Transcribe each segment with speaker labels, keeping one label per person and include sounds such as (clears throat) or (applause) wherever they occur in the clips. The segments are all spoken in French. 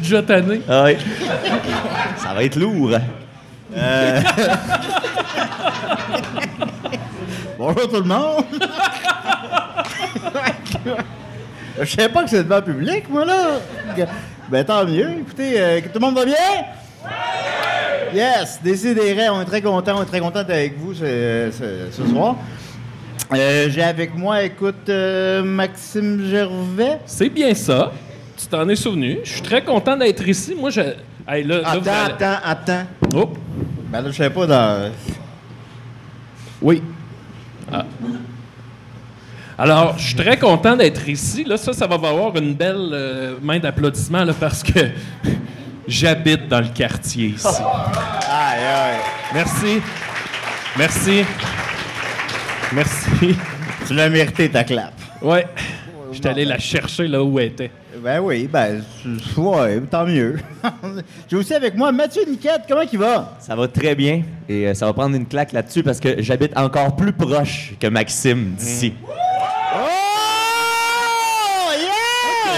Speaker 1: déjà tanné.
Speaker 2: Ah oui. Ça va être lourd. hein. Euh, Bonjour tout le monde. Je savais pas que c'était devant le public, moi, là. Ben, tant mieux. Écoutez, euh, que tout le monde va bien? Yes, décidérez. On est très contents. On est très contents d'être avec vous ce, ce- ce soir. Euh, J'ai avec moi, écoute, euh, Maxime Gervais.
Speaker 1: C'est bien ça. Tu t'en es souvenu. Je suis très content d'être ici. Moi, je. Hey, là, là, vous
Speaker 2: Attends,
Speaker 1: allez-
Speaker 2: attends, attends.
Speaker 1: Oh.
Speaker 2: Ben là, je sais pas dans.
Speaker 1: Oui. Alors, je suis très content d'être ici. Là, ça, ça va avoir une belle euh, main d'applaudissements là, parce que (laughs) j'habite dans le quartier
Speaker 2: (laughs)
Speaker 1: ici.
Speaker 2: Aïe, aïe.
Speaker 1: Merci. Merci. Merci.
Speaker 2: Tu l'as mérité, ta clap.
Speaker 1: Ouais. J'étais allé la chercher là où elle était.
Speaker 2: Ben oui, ben, tu- ouais, tant mieux. (laughs) J'ai aussi avec moi Mathieu Niquette. Comment il va?
Speaker 3: Ça va très bien et euh, ça va prendre une claque là-dessus parce que j'habite encore plus proche que Maxime d'ici.
Speaker 2: Oh!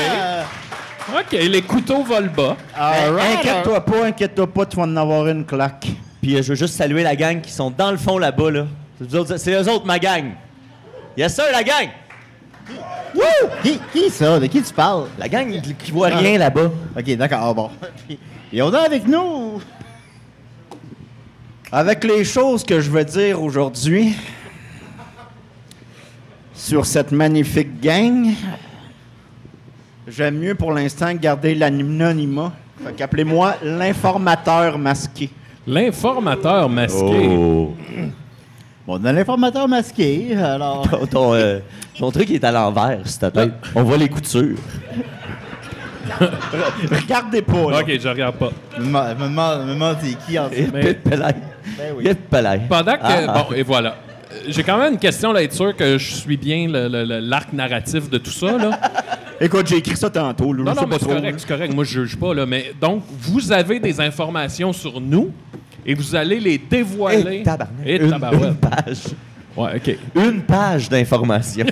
Speaker 2: Yeah!
Speaker 1: OK, les couteaux volent bas.
Speaker 2: All
Speaker 3: Ben,
Speaker 2: right.
Speaker 3: inquiète-toi
Speaker 2: pas, inquiète-toi pas, tu vas en avoir une claque.
Speaker 3: Puis euh, je veux juste saluer la gang qui sont dans le fond là-bas. Là. C'est vous autres- C'est eux autres, ma gang. Yes, sir, la gang.
Speaker 2: Wouh! Qui, qui ça? De qui tu parles? Ah,
Speaker 3: La gang qui- qui voit rien là-bas.
Speaker 2: Ok,
Speaker 4: ah
Speaker 2: d'accord, bon. Et on est avec nous!
Speaker 4: Avec les choses que je veux dire aujourd'hui sur cette magnifique gang, j'aime mieux pour l'instant garder l'anonymat. Fait qu'appelez-moi l'informateur masqué.
Speaker 1: L'informateur masqué.
Speaker 2: Oh.
Speaker 3: Oh.
Speaker 2: Bon, on a l'informateur masqué, alors.
Speaker 3: Ton, ton, euh, ton truc est à l'envers, c'est ta tête. On voit les coutures.
Speaker 4: Regardez pas, là.
Speaker 1: OK, je regarde pas.
Speaker 2: me demande- me demande, me demande c'est qui en
Speaker 3: Et
Speaker 1: Mais-
Speaker 3: puis, pelaille.
Speaker 2: Ben oui.
Speaker 3: Et puis, pelaille.
Speaker 1: Pendant que.
Speaker 3: Ah, ah.
Speaker 1: Bon, et voilà. Euh, J'ai quand même une question, là, être sûr que je suis bien le- le- le- l'arc narratif de tout ça, là.
Speaker 4: Écoute, j'ai écrit ça tantôt. Là,
Speaker 1: Non, non,
Speaker 4: je sais
Speaker 1: mais
Speaker 4: pas
Speaker 1: c'est
Speaker 4: trop,
Speaker 1: correct, c'est correct. Moi, je juge pas, là. Mais donc, vous avez des informations sur nous et vous allez les dévoiler.
Speaker 3: Eh, tabarnak.
Speaker 1: Eh,
Speaker 3: Une-
Speaker 1: tabarouette.
Speaker 3: (laughs) une page.
Speaker 1: Ouais, OK.
Speaker 3: Une page d'information.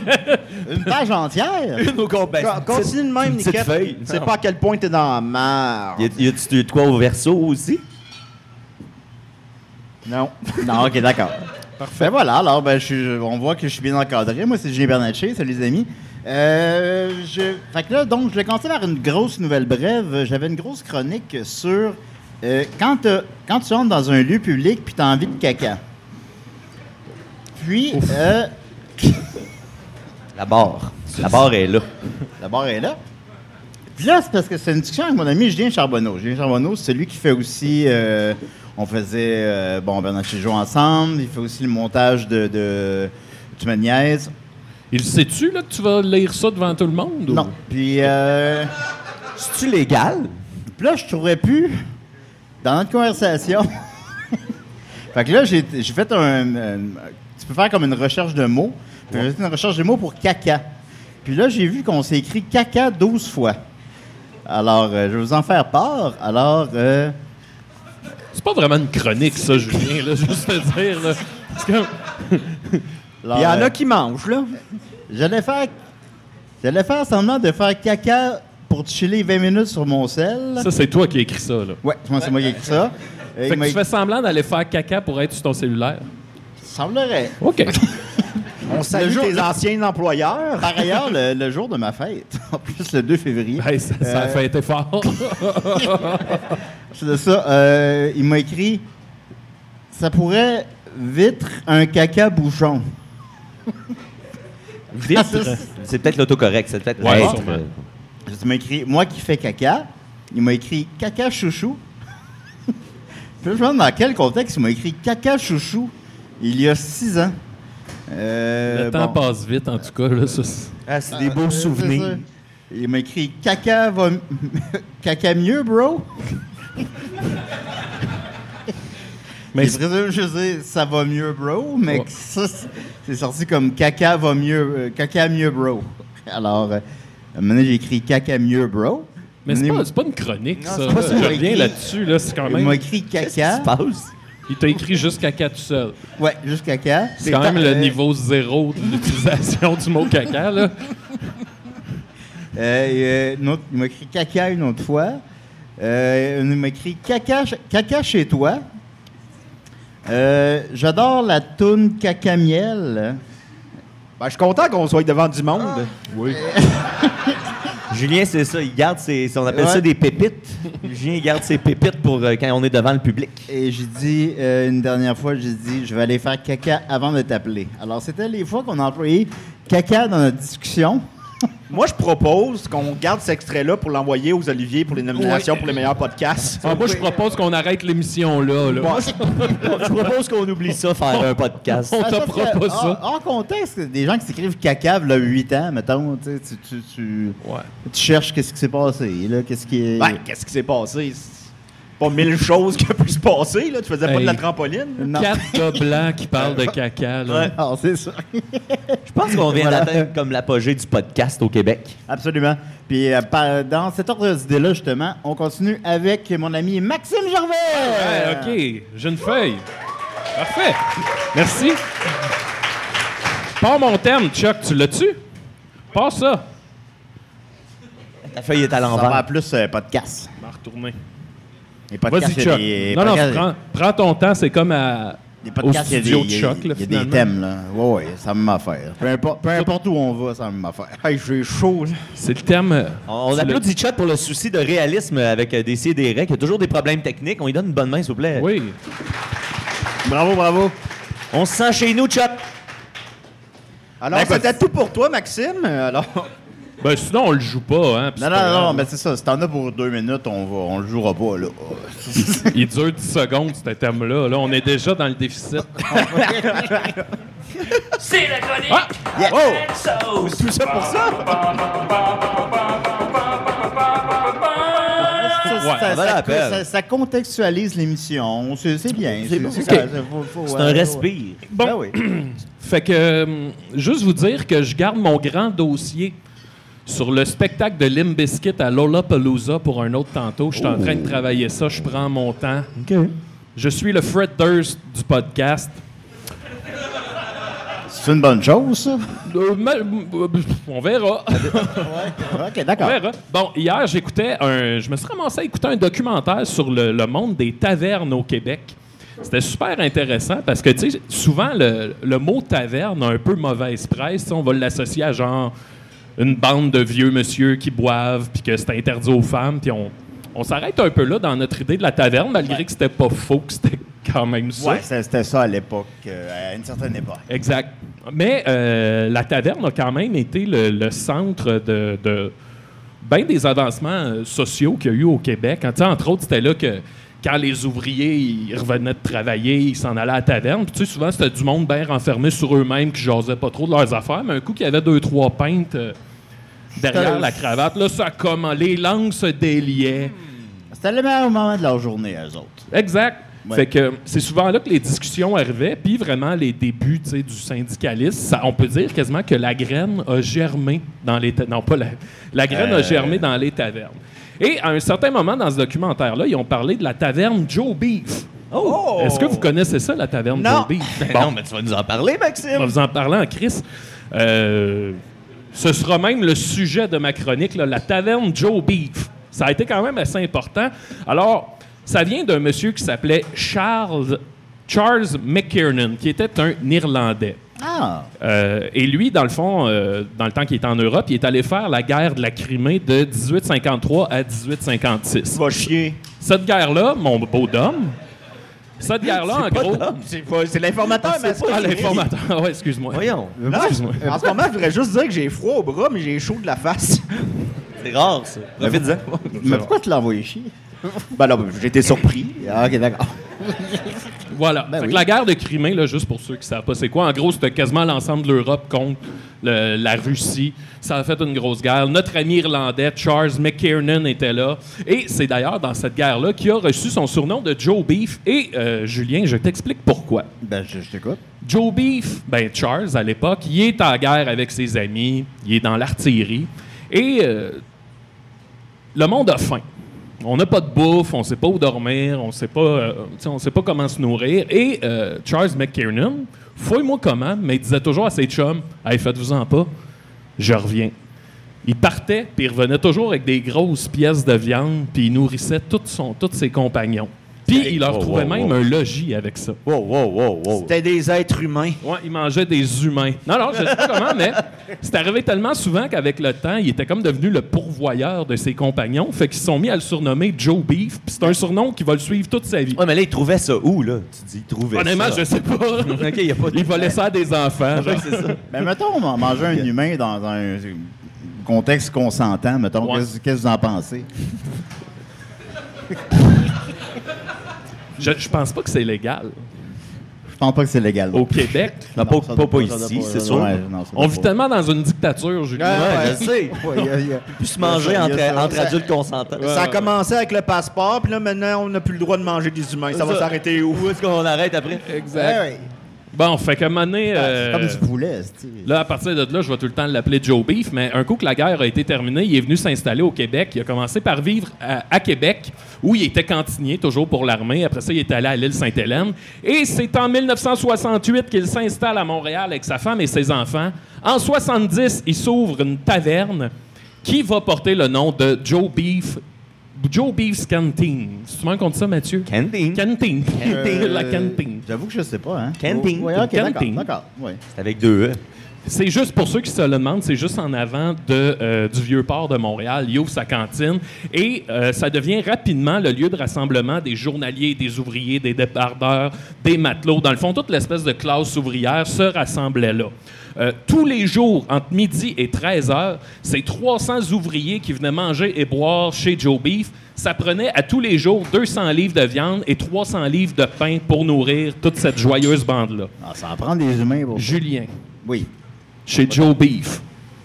Speaker 2: Une page entière?
Speaker 3: Une au
Speaker 2: Ben,
Speaker 3: complet.
Speaker 4: là. Co- Continue de même,
Speaker 3: Une petite
Speaker 4: Niquette.
Speaker 3: feuille.
Speaker 4: Tu sais pas à quel point t'es dans la merde.
Speaker 3: Y a- y a-tu de quoi au verso aussi?
Speaker 4: Non.
Speaker 2: Non, ok, d'accord. Parfait. Ben voilà, alors ben, je suis- on voit que je suis bien encadré. Moi, c'est Julien Bernatchez, salut les amis. Euh, je, fait que là, donc, je vais commencer par une grosse nouvelle brève. J'avais une grosse chronique sur euh, quand, t'as- quand tu entres dans un lieu public puis tu as envie de caca. Puis, euh,
Speaker 3: La barre. La barre est là.
Speaker 2: la barre est là. Puis là, c'est parce que c'est une discussion avec mon ami Julien Charbonneau. Julien Charbonneau, c'est lui qui fait aussi. euh, on faisait. euh, bon, Bernard Chijot ensemble. Il fait aussi le montage de. de tu me niaises.
Speaker 1: Il sait-tu, là, que tu vas lire ça devant tout le monde? ou-
Speaker 2: Non. Puis, euh,
Speaker 3: C'est-tu légal?
Speaker 2: puis là, je trouvais plus dans notre conversation. (laughs) fait que là, j'ai j'ai fait un, un- Tu peux faire comme une recherche de mots. Puis J'ai fait une recherche de mots pour caca. Puis là, j'ai vu qu'on s'est écrit caca 12 fois. Alors, euh, je vais vous en faire part. Alors, euh,
Speaker 1: C'est pas vraiment une chronique, ça, Julien, là, (laughs) juste te dire, là. C'est comme-
Speaker 2: alors,
Speaker 4: Il y en
Speaker 2: euh,
Speaker 4: a qui mangent, là.
Speaker 2: j'allais faire, j'allais faire semblant de faire caca pour chiller 20 minutes sur mon sel.
Speaker 1: Ça, c'est toi qui as écrit ça, là.
Speaker 2: Ouais, je pense que c'est moi qui ai écrit ça. Euh,
Speaker 1: Fait
Speaker 2: il
Speaker 1: que
Speaker 2: m'a-
Speaker 1: tu fais semblant d'aller faire caca pour être sur ton cellulaire.
Speaker 2: Semblerait.
Speaker 1: OK. (laughs)
Speaker 4: On salue
Speaker 2: jour-
Speaker 4: tes anciens employeurs.
Speaker 2: Par ailleurs, le, le jour de ma fête, (laughs) en plus le 2 février,
Speaker 1: Hey, ça, ça a fait été fort.
Speaker 2: c'est de ça, euh, il m'a écrit Ça pourrait vitre un caca bouchon.
Speaker 3: Vitre. (laughs) c'est peut-être l'autocorrect. C'est peut-être
Speaker 1: Ouais,
Speaker 3: Vitre.
Speaker 1: sûrement.
Speaker 2: Il m'a écrit Moi qui fais caca. Il m'a écrit caca chouchou. (laughs) Puis là, je me demande dans quel contexte il m'a écrit caca chouchou il y a six ans. Euh,
Speaker 1: Le temps
Speaker 2: bon.
Speaker 1: passe vite, en tout cas, là, ça, c'est-
Speaker 3: Ah, c'est des
Speaker 2: Euh,
Speaker 3: beaux
Speaker 2: c'est ça.
Speaker 3: souvenirs.
Speaker 2: Il m'a écrit caca va m- (laughs) caca mieux, bro.
Speaker 1: Mais
Speaker 2: Mais je présume juste dire ça va mieux, bro, mais
Speaker 1: Ouais.
Speaker 2: que ça, c'est- c'est sorti comme caca va mieux, euh, caca mieux, bro. Alors, euh, à un moment donné, j'ai écrit caca mieux, bro.
Speaker 1: Mais c'est
Speaker 2: Il
Speaker 1: pas,
Speaker 2: m'a-
Speaker 1: c'est pas une chronique, ça.
Speaker 2: c'est pas ça.
Speaker 1: Je reviens là-dessus, là, c'est quand
Speaker 2: Il m'a
Speaker 1: même...
Speaker 2: écrit
Speaker 3: Qu'est-ce
Speaker 2: caca.
Speaker 3: qui se passe?
Speaker 1: Il t'a écrit juste caca tout seul.
Speaker 2: Ouais, juste caca. Euh,
Speaker 1: C'est quand même le niveau zéro de l'utilisation du mot caca, là.
Speaker 2: Euh, et, euh, une autre- il m'a écrit caca une autre fois. Euh, il m'écrit caca, ch- caca chez toi. Euh, J'adore la toune caca miel. Ah.
Speaker 4: Ben, je suis content qu'on soit devant du monde.
Speaker 2: Oui.
Speaker 3: Julien, c'est ça, il garde ses. On appelle
Speaker 2: Ouais.
Speaker 3: ça des pépites. Julien, il garde ses pépites pour euh, quand on est devant le public.
Speaker 2: Et j'ai dit euh, une dernière fois, j'ai dit je vais aller faire caca avant de t'appeler. Alors c'était les fois qu'on a employé caca dans notre discussion.
Speaker 4: Moi, je propose qu'on garde cet extrait-là pour l'envoyer aux Olivier pour les nominations pour les meilleurs podcasts.
Speaker 1: En bas, Ah, je propose qu'on arrête l'émission là. là.
Speaker 3: Moi, je, je propose qu'on oublie ça, faire un podcast.
Speaker 1: On
Speaker 2: Ah,
Speaker 1: te
Speaker 2: sauf que,
Speaker 1: propose
Speaker 2: en-
Speaker 1: ça.
Speaker 2: En, contexte, des gens qui s'écrivent caca il y 8 ans, mettons, tu, sais, tu, tu, tu-
Speaker 1: Ouais.
Speaker 2: tu cherches qu'est-ce qui s'est passé, là, qu'est-ce qui est...
Speaker 4: Ben, qu'est-ce qui s'est passé? C'est Pas mille choses qui a pu se passer, là. Tu faisais pas de la
Speaker 1: Hey.
Speaker 4: trampoline?
Speaker 2: Non.
Speaker 1: Quatre gars blancs qui parlent de caca. Là.
Speaker 2: (laughs) Non, c'est ça.
Speaker 3: Je pense qu'on vient
Speaker 2: Voilà.
Speaker 3: d'atteindre comme l'apogée du podcast au Québec.
Speaker 2: Absolument. Puis euh, par- dans cet ordre d'idées-là, justement, on continue avec mon ami Maxime Gervais.
Speaker 1: Ouais, OK, j'ai une feuille. Parfait. Merci. Pas mon thème, Chuck, tu l'as-tu? Pas ça.
Speaker 3: La feuille est à
Speaker 2: Ça va à
Speaker 3: l'envers.
Speaker 2: plus euh, podcast.
Speaker 1: Je vais retourner.
Speaker 2: Les
Speaker 1: Vas-y,
Speaker 2: podcasts, il y a
Speaker 1: Chuck.
Speaker 2: des-
Speaker 1: non, non,
Speaker 2: podcasts-
Speaker 1: prends, prends ton temps, c'est comme à.
Speaker 2: Les podcasts,
Speaker 1: Au
Speaker 2: il y a
Speaker 1: studio
Speaker 2: des,
Speaker 1: de
Speaker 2: il y a-
Speaker 1: choc, là,
Speaker 2: il y a des
Speaker 1: finalement.
Speaker 2: thèmes, là. Oui, ouais, ça me m'affaire. Peu importe, peu importe où on va, ça me m'affaire.
Speaker 4: Hey, j'ai chaud, là.
Speaker 1: C'est le thème. euh,
Speaker 3: On on
Speaker 1: c'est le-
Speaker 3: applaudit Chuck pour le souci de réalisme avec euh, des si et des règles. Il y a toujours des problèmes techniques. On lui donne une bonne main, s'il vous plaît.
Speaker 1: Oui.
Speaker 2: Bravo, bravo.
Speaker 3: On se sent chez nous, Chuck.
Speaker 4: Alors,
Speaker 2: Ben, écoute-
Speaker 4: c'était tout pour toi, Maxime. Euh, Alors,
Speaker 1: Ben, sinon, on le joue pas, hein. puis c'est
Speaker 2: Non, non,
Speaker 1: pas
Speaker 2: non,
Speaker 1: grave.
Speaker 2: mais c'est ça. Si t'en as pour deux minutes, on, va, on le jouera pas, là.
Speaker 1: Il dure 10 secondes, ce thème-là. Là, on est déjà dans le déficit.
Speaker 5: C'est la chronique
Speaker 1: Ah!
Speaker 2: (laughs) Yeah.
Speaker 5: de sauce.
Speaker 4: Oh! tout ça pour ça?
Speaker 2: Ça,
Speaker 1: Ouais,
Speaker 2: ça,
Speaker 3: on va
Speaker 2: ça-
Speaker 3: la peine.
Speaker 2: ça- ça contextualise l'émission. C'est c'est bien. C'est
Speaker 3: bon.
Speaker 2: c'est-
Speaker 3: Ok.
Speaker 2: ça- ça- faut- faut-
Speaker 3: C'est
Speaker 2: ouais,
Speaker 3: un
Speaker 2: ouais.
Speaker 3: respire.
Speaker 1: Bon.
Speaker 2: Ben oui.
Speaker 1: Fait que, euh, juste vous dire que je garde mon grand dossier sur le spectacle de Limp Bizkit à Lollapalooza pour un autre tantôt. Je suis en train
Speaker 2: Oh.
Speaker 1: de travailler ça, je prends mon temps. Je suis le Fred Durst du podcast.
Speaker 2: C'est une bonne chose, ça.
Speaker 1: Euh, ma- euh, on verra.
Speaker 2: OK, d'accord.
Speaker 1: verra. hein. Bon, hier, j'écoutais un. Je me suis ramassé à écouter un documentaire sur le, le monde des tavernes au Québec. C'était super intéressant parce que, tu sais, souvent, le, le mot taverne a un peu mauvaise presse. Tu sais, On va l'associer à genre une bande de vieux monsieur qui boivent puis que c'est interdit aux femmes. Puis on, on s'arrête un peu là dans notre idée de la taverne, malgré que c'était pas faux, que c'était quand même ça.
Speaker 2: Ouais, ça- c'était ça à l'époque, euh, à une certaine époque.
Speaker 1: Exact. Mais euh, la taverne a quand même été le, le centre de, de bien des avancements euh, sociaux qu'il y a eu au Québec. Quand, tu sais, entre autres, c'était là que quand les ouvriers ils revenaient de travailler, ils s'en allaient à la taverne. Puis, tu sais, souvent, c'était du monde bien renfermé sur eux-mêmes qui jasait pas trop de leurs affaires. Mais un coup, qu'il y avait deux, trois pintes euh, derrière la cravate, là, ça comment les langues se déliaient.
Speaker 2: C'était le meilleur moment de leur journée, eux autres.
Speaker 1: Exact.
Speaker 2: Ouais.
Speaker 1: Fait que euh, c'est souvent là que les discussions arrivaient, puis vraiment les débuts tu sais, du syndicalisme, ça- on peut dire quasiment que la graine a germé dans les ta- non pas la, la graine
Speaker 4: Euh.
Speaker 1: a germé dans les tavernes. Et à un certain moment dans ce documentaire-là, ils ont parlé de la taverne Joe Beef.
Speaker 4: Oh!
Speaker 1: Est-ce que vous connaissez ça, la taverne
Speaker 4: Non.
Speaker 1: Joe Beef?
Speaker 3: Ben Non, mais tu vas nous en parler,
Speaker 1: On va
Speaker 3: Maxime.
Speaker 1: vous en parler en Chris. Euh, ce sera même le sujet de ma chronique, là, la taverne Joe Beef. Ça a été quand même assez important. Alors, ça vient d'un monsieur qui s'appelait Charles, Charles McKiernan, qui était un Irlandais.
Speaker 2: Ah,
Speaker 1: Euh, et lui, dans le fond, euh, dans le temps qu'il était en Europe, il est allé faire la guerre de la Crimée de 1853 à 1856.
Speaker 4: Tu vas chier.
Speaker 1: Cette guerre-là, mon beau d'homme, cette guerre-là, en gros...
Speaker 4: C'est pas- c'est l'informateur, mais c'est
Speaker 1: Ah,
Speaker 4: pas-
Speaker 1: l'informateur. (laughs) Ouais, excuse-moi.
Speaker 3: Voyons,
Speaker 4: Non,
Speaker 1: Excuse-moi.
Speaker 4: En ce moment, je voudrais juste dire que j'ai froid au bras, mais j'ai chaud de la face.
Speaker 3: c'est rare, ça. Ben, Profite-en.
Speaker 2: mais pourquoi tu l'as envoyé chier?
Speaker 4: Ben là, ben, j'ai été surpris.
Speaker 2: Ah, OK, d'accord.
Speaker 1: Voilà.
Speaker 2: Ben
Speaker 1: Fait que
Speaker 2: oui.
Speaker 1: La guerre de Crimée, là, juste pour ceux qui savent pas, c'est quoi? En gros, c'était quasiment l'ensemble de l'Europe contre le- la Russie. Ça a fait une grosse guerre. Notre ami irlandais, Charles McKiernan, était là. Et c'est d'ailleurs dans cette guerre-là qu'il a reçu son surnom de Joe Beef. Et, euh, Julien, je t'explique pourquoi.
Speaker 2: Ben, je, je t'écoute.
Speaker 1: Joe Beef, ben Charles à l'époque, il est en guerre avec ses amis, il est dans l'artillerie et euh, le monde a faim. On n'a pas de bouffe, on sait pas où dormir, on sait pas, euh, tu sais, on sait pas comment se nourrir et euh, Charles McKiernan, fouille-moi comment, mais il disait toujours à ses chums, hey faites-vous en pas, je reviens. Il partait, puis il revenait toujours avec des grosses pièces de viande, puis il nourrissait tout son, tous ses compagnons. Puis il leur
Speaker 3: Oh,
Speaker 1: trouvait
Speaker 3: wow,
Speaker 1: même
Speaker 3: wow.
Speaker 1: un logis avec ça.
Speaker 3: Wow, wow, wow, wow.
Speaker 4: C'était des êtres humains.
Speaker 1: Ouais, il mangeait des humains. Non, non, je sais pas comment, mais c'est arrivé tellement souvent qu'avec le temps, il était comme devenu le pourvoyeur de ses compagnons. Fait qu'ils se sont mis à le surnommer Joe Beef, puis c'est un surnom qui va le suivre toute sa vie.
Speaker 3: Ouais, mais là, il trouvait ça où, là? Tu dis, il trouvait
Speaker 1: Honnêtement,
Speaker 3: ça.
Speaker 1: je sais pas.
Speaker 3: OK, il y a pas de... (laughs)
Speaker 1: Il volait ça à des enfants. genre.
Speaker 3: c'est ça.
Speaker 2: Mais Ben, mettons, on mangeait un humain dans un contexte consentant, mettons,
Speaker 1: Ouais.
Speaker 2: qu'est-ce qu'est-ce que vous en pensez?
Speaker 1: Je, je pense pas que c'est légal
Speaker 2: Je pense pas que c'est légal.
Speaker 1: au Québec.
Speaker 3: Non, pas, pas, pas ici, c'est sûr.
Speaker 1: On vit
Speaker 2: Ah,
Speaker 1: tellement dans une dictature, Julien.
Speaker 3: je sais. Plus se
Speaker 2: ça,
Speaker 3: manger
Speaker 2: il y a
Speaker 3: entre,
Speaker 2: ça.
Speaker 3: entre adultes consentants.
Speaker 4: Ça a commencé avec le passeport, puis là, maintenant, on n'a plus le droit de manger des humains. Ça va s'arrêter où?
Speaker 3: Où est-ce qu'on arrête après?
Speaker 1: Exact. Bon, fait qu'à un moment donné, euh,
Speaker 2: Comme du poulet, c'est-
Speaker 1: Là, à partir de là, je vais tout le temps l'appeler Joe Beef, mais un coup que la guerre a été terminée, il est venu s'installer au Québec. Il a commencé par vivre à, à Québec, où il était cantinier, toujours pour l'armée. Après ça, il est allé à l'île Sainte-Hélène. Et c'est en 1968 qu'il s'installe à Montréal avec sa femme et ses enfants. En 70, il s'ouvre une taverne qui va porter le nom de Joe Beef. Joe Beef's Canteen. Si tu m'en comptes ça, Mathieu?
Speaker 3: Candy.
Speaker 1: Canteen. (laughs)
Speaker 2: Euh,
Speaker 1: La cantine.
Speaker 2: J'avoue que je sais pas, hein.
Speaker 3: Canting.
Speaker 2: Ouais, ok, d'accord,
Speaker 1: Canting.
Speaker 2: d'accord. ouais.
Speaker 3: C'est avec deux E.
Speaker 1: C'est juste pour ceux qui se le demandent, c'est juste en avant de, euh, du vieux port de Montréal. Il ouvre sa cantine et euh, ça devient rapidement le lieu de rassemblement des journaliers, des ouvriers, des débardeurs, des matelots. Dans le fond, toute l'espèce de classe ouvrière se rassemblait là. Euh, tous les jours, entre midi et 13 heures, ces 300 ouvriers qui venaient manger et boire chez Joe Beef, ça prenait à tous les jours 200 livres de viande et 300 livres de pain pour nourrir toute cette joyeuse bande-là.
Speaker 2: Ah, ça en prend des humains pour.
Speaker 1: Julien,
Speaker 2: Oui.
Speaker 1: chez Joe Beef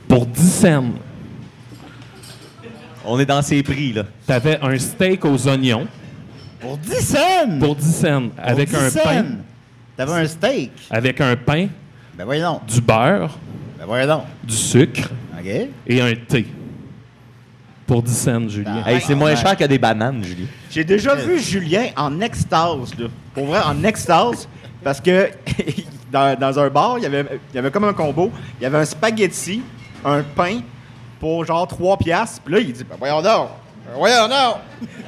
Speaker 1: pour 10 cents.
Speaker 3: On est dans ces prix, là.
Speaker 1: T'avais un steak aux oignons
Speaker 2: Pour 10 cents!
Speaker 1: pour 10 cents avec
Speaker 2: 10
Speaker 1: un
Speaker 2: cents!
Speaker 1: pain,
Speaker 2: T'avais un steak.
Speaker 1: avec un pain,
Speaker 2: Ben voyons donc.
Speaker 1: du beurre,
Speaker 2: Ben voyons donc.
Speaker 1: du sucre
Speaker 2: OK?
Speaker 1: et un thé. Ah. Pour 10 cents, Julien.
Speaker 2: Ah,
Speaker 3: Hey, c'est moins cher que des
Speaker 2: (laughs)
Speaker 3: bananes, Julie.
Speaker 4: J'ai déjà vu Julien en extase, là. Pour vrai, en extase, parce que (laughs) dans, dans un bar, il y avait- il y avait comme un combo. Il y avait un spaghetti, un pain, pour genre 3 piastres. Puis là, il dit, ben voyons donc, ben voyons donc.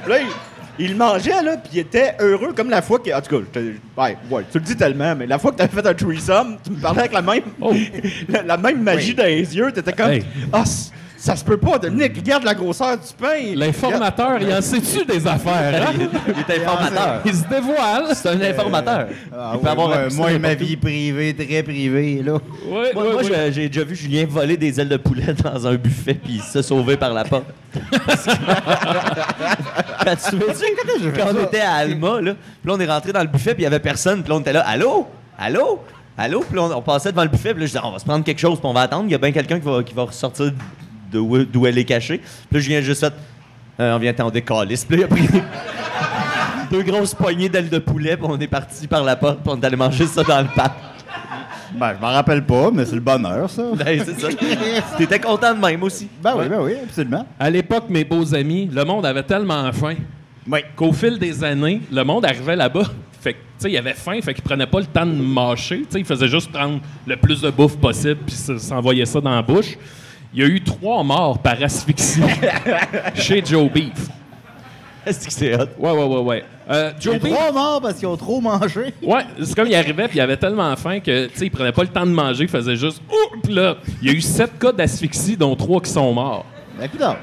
Speaker 4: Puis là, il, il le mangeait, là, puis il était heureux comme la fois que... En tout cas, je te- ouais, ouais, tu le dis tellement, mais la fois que t'avais fait un threesome, tu me parlais avec la même,
Speaker 1: Oh.
Speaker 4: (laughs) la, la même magie dans les yeux. T'étais comme,
Speaker 1: Hey.
Speaker 4: ah, c- ça se peut pas, Dominique, regarde la grosseur du pain.
Speaker 1: L'informateur, il en sait-tu des affaires? hein?
Speaker 3: (laughs) Il est informateur.
Speaker 1: Il se dévoile. Euh,
Speaker 3: C'est un informateur.
Speaker 2: Ah
Speaker 3: il peut
Speaker 2: oui,
Speaker 3: avoir un
Speaker 2: moi,
Speaker 3: petit
Speaker 2: moi et ma
Speaker 3: n'importe où.
Speaker 2: vie privée, très privée, là.
Speaker 1: Ouais,
Speaker 3: Moi,
Speaker 1: ouais,
Speaker 3: moi,
Speaker 1: ouais.
Speaker 3: j'ai- j'ai déjà vu Julien voler des ailes de poulet (laughs) dans un buffet puis se sauver par
Speaker 1: (laughs)
Speaker 3: la porte. T'as tu quand on était à Alma, là, puis là, on est rentré dans le buffet puis il y avait personne, puis là, on était là, allô, allô, allô, puis là, on, on passait devant le buffet, puis là, je disais, Ah, on va se prendre quelque chose, puis on va attendre, il y a bien quelqu'un qui va, qui va ressortir de où- d'où elle est cachée. Puis là, Julien a juste fait, Euh, on vient attendre des calices, puis là, il a pris (laughs) deux grosses poignées d'ailes de poulet, puis on est parti par la porte, puis on est allé manger ça dans le parc.
Speaker 2: Ben, je m'en rappelle pas, mais c'est le bonheur, ça.
Speaker 3: (laughs) Ben, c'est ça. T'étais content de même aussi.
Speaker 2: Ben oui, ben oui, absolument.
Speaker 1: À l'époque, mes beaux amis, le monde avait tellement faim
Speaker 2: Oui.
Speaker 1: qu'au fil des années, le monde arrivait là-bas. Fait que, tu sais, il avait faim, fait qu'il prenait pas le temps de mâcher. Tu sais, il faisait juste prendre le plus de bouffe possible puis se- s'envoyait ça dans la bouche. Il y a eu trois morts par (laughs) asphyxie chez Joe Beef.
Speaker 3: Est-ce que c'est hot?
Speaker 1: Ouais, ouais, ouais, ouais. Euh,
Speaker 2: Il y a
Speaker 1: Joe Beef,
Speaker 2: trois morts parce qu'ils ont trop mangé.
Speaker 1: ouais, c'est comme il arrivait puis il avait tellement faim que, tu sais, il prenait pas le temps de manger, il faisait juste Ouh! Puis là, il y a eu sept cas d'asphyxie, dont trois qui sont morts.
Speaker 2: Ben, écoute, donc,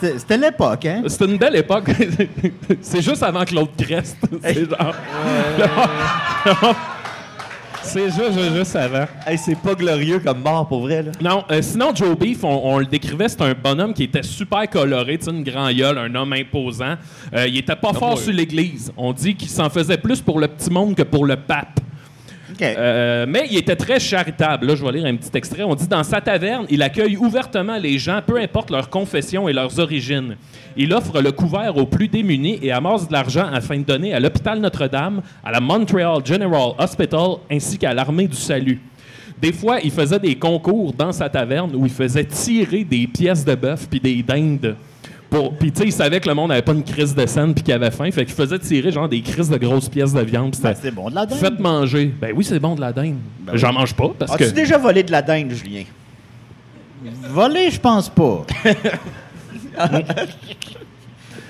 Speaker 2: c'était c'était l'époque, hein?
Speaker 1: C'était une belle époque. (laughs) c'est juste avant que l'autre creste. (laughs) C'est genre. C'est juste, juste avant.
Speaker 3: Hey, c'est pas glorieux comme mort pour vrai, là.
Speaker 1: Non, euh, sinon, Joe Beef, on, on le décrivait, c'est un bonhomme qui était super coloré, tu sais, une grand gueule, un homme imposant. Euh, il était pas fort sur l'Église. On dit qu'il s'en faisait plus pour le petit monde que pour le pape.
Speaker 2: OK.
Speaker 1: Euh, mais il était très charitable. Là, je vais lire un petit extrait. On dit dans sa taverne, il accueille ouvertement les gens, peu importe leur confession et leurs origines. Il offre le couvert aux plus démunis et amasse de l'argent afin de donner à l'hôpital Notre-Dame, à la Montreal General Hospital ainsi qu'à l'armée du salut. Des fois, il faisait des concours dans sa taverne où il faisait tirer des pièces de bœuf puis des dindes. Pour, puis tu sais, il savait que le monde n'avait pas une crise de scène puis qu'il avait faim, fait qu'il faisait tirer genre des crises de grosses pièces de viande. puis
Speaker 2: Ben,
Speaker 1: c'était-
Speaker 2: c'est bon de la dinde.
Speaker 1: Faites manger. Ben oui, c'est bon de la dinde. J'en mange pas parce que.
Speaker 4: As-tu déjà volé de la dinde, Julien?
Speaker 2: Voler, je pense pas.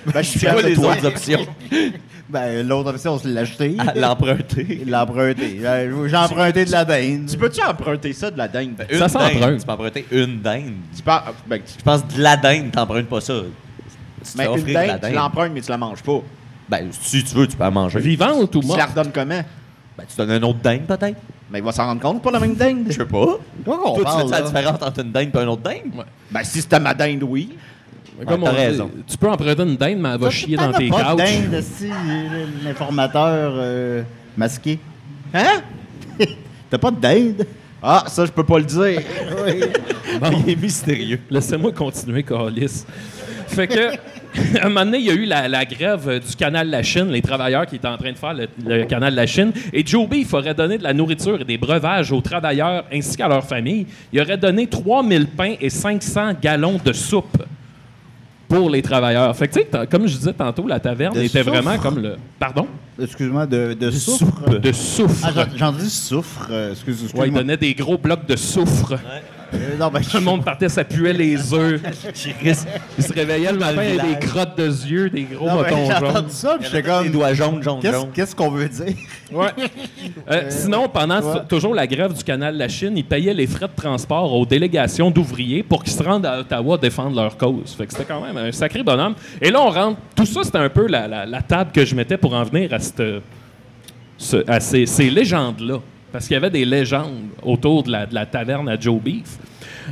Speaker 2: ben, je suis
Speaker 3: C'est
Speaker 2: fier
Speaker 3: quoi
Speaker 2: de
Speaker 3: les
Speaker 2: toi.
Speaker 3: autres options?
Speaker 2: Ben, l'autre option, c'est de l'acheter.
Speaker 3: (laughs)
Speaker 1: Ah,
Speaker 3: À L'emprunter.
Speaker 2: Il l'a emprunté. Euh, J'ai emprunté de la dinde.
Speaker 4: Tu peux-tu emprunter ça de la dinde?
Speaker 3: Une
Speaker 1: Ça
Speaker 3: dinde.
Speaker 1: s'emprunte.
Speaker 3: Tu peux emprunter une dinde.
Speaker 4: Tu peux- ah, ben, tu-
Speaker 3: Je pense de la dinde, t'empruntes pas ça. Si
Speaker 2: Ben,
Speaker 3: tu fais
Speaker 4: mais une
Speaker 3: offrir de la
Speaker 4: dinde, tu
Speaker 3: dinde.
Speaker 4: l'empruntes, mais tu la manges pas.
Speaker 3: Ben, si tu veux, tu peux la manger.
Speaker 1: Vivante ou
Speaker 4: Tu la
Speaker 1: morte?
Speaker 4: redonnes comment?
Speaker 3: Ben, tu donnes un autre dinde, peut-être?
Speaker 4: Mais il va s'en rendre compte, pas la même dinde.
Speaker 3: Je sais pas.
Speaker 2: Quoi qu'on
Speaker 3: Toi, tu fais
Speaker 2: parle,
Speaker 3: la
Speaker 2: là?
Speaker 3: différence entre une dinde et un autre dinde?
Speaker 1: Ouais.
Speaker 4: Ben, si c'était ma dinde, oui.
Speaker 1: Comme
Speaker 3: Ouais,
Speaker 1: on
Speaker 3: t'as
Speaker 1: dit,
Speaker 3: raison.
Speaker 1: Tu peux emprunter une dinde, mais elle va
Speaker 2: Ça,
Speaker 1: chier
Speaker 2: t'en
Speaker 1: dans
Speaker 2: as
Speaker 1: tes
Speaker 2: pas de
Speaker 1: couches.
Speaker 2: dinde, si, euh, l'informateur euh, masqué.
Speaker 4: Hein?
Speaker 2: (laughs) T'as pas de dinde?
Speaker 4: Ah, ça, je peux pas le dire.
Speaker 1: Bon.
Speaker 3: Il est mystérieux.
Speaker 1: Laissez-moi continuer, Carlis. Fait que, (laughs) à un moment donné, il y a eu la, la grève euh, du canal de la Chine, les travailleurs qui étaient en train de faire le, le canal de la Chine. Et Joe Beef aurait donné de la nourriture et des breuvages aux travailleurs ainsi qu'à leurs familles. Il aurait donné 3000 pains et 500 gallons de soupe pour les travailleurs. Fait que, tu sais, t'as- comme je disais tantôt, la taverne
Speaker 2: De
Speaker 1: était
Speaker 2: soufre.
Speaker 1: vraiment comme le. Pardon?
Speaker 2: Excuse-moi, de, de soufre.
Speaker 1: De soufre.
Speaker 2: Ah, j'en- j'en dis soufre. euh, Excuse, excuse
Speaker 1: Ouais, il donnait des gros blocs de soufre.
Speaker 2: non,
Speaker 1: (laughs)
Speaker 2: ben,
Speaker 1: Tout le monde partait, ça puait les œufs. Il se réveillait le matin, il y avait des
Speaker 3: village.
Speaker 1: crottes de yeux, des gros
Speaker 2: non, ben,
Speaker 1: motons
Speaker 2: j'ai
Speaker 1: jaunes.
Speaker 2: entendu ça, puis j'étais
Speaker 3: Les
Speaker 2: comme...
Speaker 3: doigts jaunes, jaunes,
Speaker 2: Qu'est-ce
Speaker 3: jaunes.
Speaker 2: qu'est-ce qu'on veut dire? (laughs)
Speaker 1: Euh, sinon, pendant ce- toujours la grève du canal de la Chine, ils payaient les frais de transport aux délégations d'ouvriers pour qu'ils se rendent à Ottawa défendre leur cause. Fait que c'était quand même un sacré bonhomme. Et là, on rentre. Tout ça, c'était un peu la, la- la table que je mettais pour en venir à, cette- ce- à ces, ces légendes-là. Parce qu'il y avait des légendes autour de la, de la taverne à Joe Beef.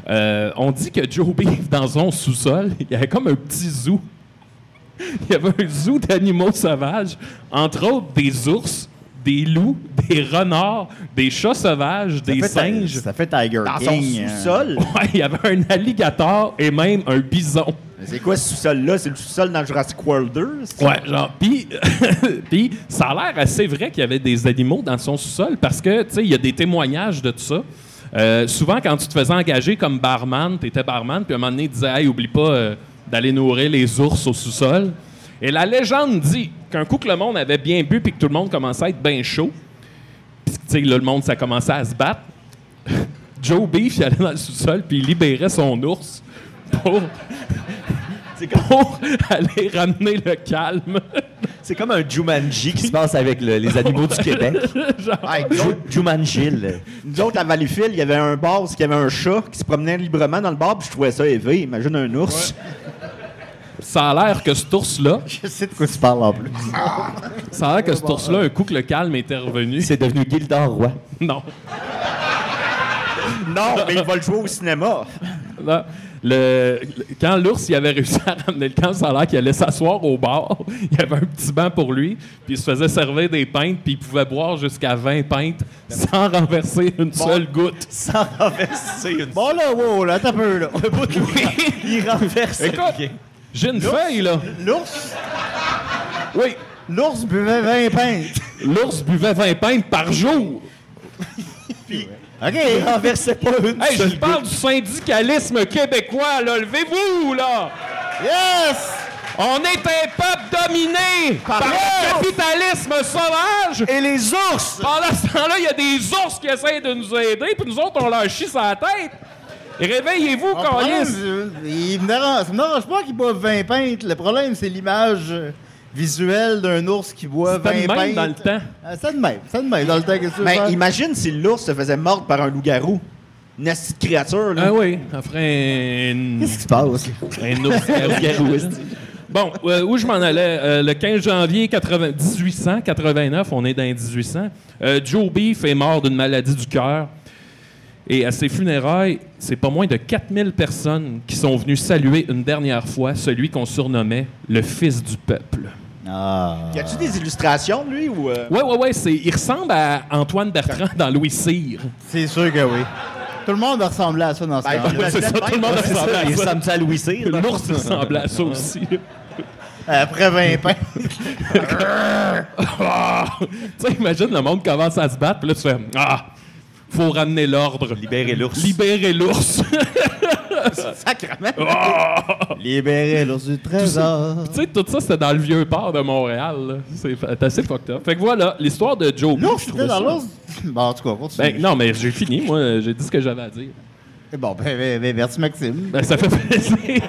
Speaker 1: Euh, on dit que Joe Beef, (laughs) dans son sous-sol, il y avait comme un petit zoo. Il y avait un zoo d'animaux sauvages, entre autres des ours, des loups, des renards, des chats sauvages, des
Speaker 2: Ça fait ti-
Speaker 1: singes.
Speaker 2: Ça fait Tiger
Speaker 4: Dans
Speaker 2: (laughs)
Speaker 4: son
Speaker 2: King. euh,
Speaker 4: sous-sol.
Speaker 1: Ouais, il y avait un alligator et même un bison.
Speaker 4: C'est quoi ce sous-sol-là? C'est le sous-sol dans Jurassic World 2? c'est-
Speaker 1: Ouais, genre, puis (laughs) puis ça a l'air assez vrai qu'il y avait des animaux dans son sous-sol parce que, tu sais, il y a des témoignages de tout ça. Euh, souvent, quand tu te faisais engager comme barman, tu étais barman, puis à un moment donné, ils disaient Hey, oublie pas euh, d'aller nourrir les ours au sous-sol. Et la légende dit qu'un coup que le monde avait bien bu puis que tout le monde commençait à être bien chaud, puis tu sais, là, le monde, ça commençait à se battre, (laughs) Joe Beef, il allait dans le sous-sol puis il libérait son ours pour, pour (laughs) aller ramener le calme.
Speaker 3: C'est comme un Jumanji qui se passe avec le- les animaux du
Speaker 4: (laughs)
Speaker 3: Québec.
Speaker 4: Hey, nous autres-
Speaker 3: Jumanji. là.
Speaker 4: nous autres, à Valleyfield, il y avait un bar où il y avait un chat qui se promenait librement dans le bar, puis je trouvais ça élevé. Imagine un ours.
Speaker 1: Ça a l'air que cet
Speaker 3: (laughs)
Speaker 1: ours-là,
Speaker 2: Je sais de quoi tu parles en plus.
Speaker 1: ça a l'air que cet ours-là, un coup que le calme était revenu,
Speaker 3: C'est devenu Gildor Roy.
Speaker 1: (laughs) non.
Speaker 4: Non, mais il va le jouer au cinéma.
Speaker 1: Là, le, le- quand l'ours il avait réussi à ramener le calme, ça a l'air qu'il allait s'asseoir au bar. (laughs) Il y avait un petit banc pour lui, puis il se faisait servir des pintes, puis il pouvait boire jusqu'à 20 pintes sans (laughs) renverser une seule goutte.
Speaker 3: Sans renverser une...
Speaker 2: Bon Oh là, wow, là, t'as peu, (laughs) là. (laughs)
Speaker 3: Il renverse.
Speaker 1: Écoute, j'ai une feuille, là.
Speaker 2: L'ours,
Speaker 1: Oui,
Speaker 2: l'ours buvait 20 pintes.
Speaker 1: l'ours buvait 20 pintes par jour.
Speaker 2: OK.
Speaker 3: Il renversait pas une
Speaker 1: Hey, je
Speaker 3: seule
Speaker 1: vous parle du syndicalisme québécois, là. Levez-vous, là!
Speaker 2: Yes!
Speaker 1: On est un peuple dominé par, le capitalisme sauvage.
Speaker 3: Et les ours!
Speaker 1: Pendant ce temps-là, il y a des ours qui essayent de nous aider, puis nous autres, on leur chie sa tête. Réveillez-vous,
Speaker 2: Le problème,
Speaker 1: Carlis.
Speaker 2: euh, il me dérange, ça me dérange pas qu'il boive 20 pintes. Le problème, c'est l'image euh, visuelle d'un ours qui boit 20
Speaker 1: C'était de
Speaker 2: pintes.
Speaker 1: même dans le temps.
Speaker 2: Ah, c'est de même, c'est de même dans le temps. Qu'est-ce que tu veux
Speaker 4: Mais
Speaker 2: faire?
Speaker 4: Ben, imagine si l'ours se faisait mordre par un loup-garou. Une petite créature, là.
Speaker 1: Ah oui, ça ferait un,
Speaker 2: Qu'est-ce qui se passe?
Speaker 1: un ours garou. Bon, euh, où je m'en allais? Euh, le 15 janvier 80 1889, on est dans les 1800, euh, Joe Beef est mort d'une maladie du cœur. Et à ses funérailles, c'est pas moins de 4000 personnes qui sont venues saluer une dernière fois celui qu'on surnommait le fils du peuple.
Speaker 2: Ah.
Speaker 4: Y a-tu des illustrations, lui, ou. euh,
Speaker 1: Ouais, ouais, ouais, c'est, il ressemble à Antoine Bertrand dans Louis Cyr.
Speaker 2: C'est sûr que oui. Tout le monde ressemblait à ça dans ce
Speaker 4: Ben,
Speaker 2: temps-là.
Speaker 4: ouais.
Speaker 1: C'est ça, tout le monde ressemble à
Speaker 3: Il
Speaker 1: ça.
Speaker 3: ressemble à Louis Cyr.
Speaker 1: L'ours ressemble à ça aussi.
Speaker 2: (laughs) Après 20 pintes. (laughs)
Speaker 1: Ah! (laughs) tu sais, imagine le monde commence à se battre, puis là, tu fais Ah, faut ramener l'ordre.
Speaker 3: Libérez l'ours.
Speaker 1: Libérer l'ours. (laughs)
Speaker 4: Sacrement.
Speaker 2: Libéré l'ours du trésor.
Speaker 1: tu sais, tout ça, c'était dans le vieux port de Montréal. là. C'est fa- assez fucked up. Fait que voilà, l'histoire de Joe. Ben,
Speaker 2: L'ours,
Speaker 1: je
Speaker 2: c'était
Speaker 1: trouvais
Speaker 2: dans
Speaker 1: ça-
Speaker 2: l'ours. Bon, en tout cas, continue.
Speaker 1: Ben, non, mais j'ai fini, moi, j'ai dit ce que j'avais à dire.
Speaker 2: Bon, ben, ben, ben, merci Maxime.
Speaker 1: Ben, ça fait plaisir.
Speaker 2: (laughs)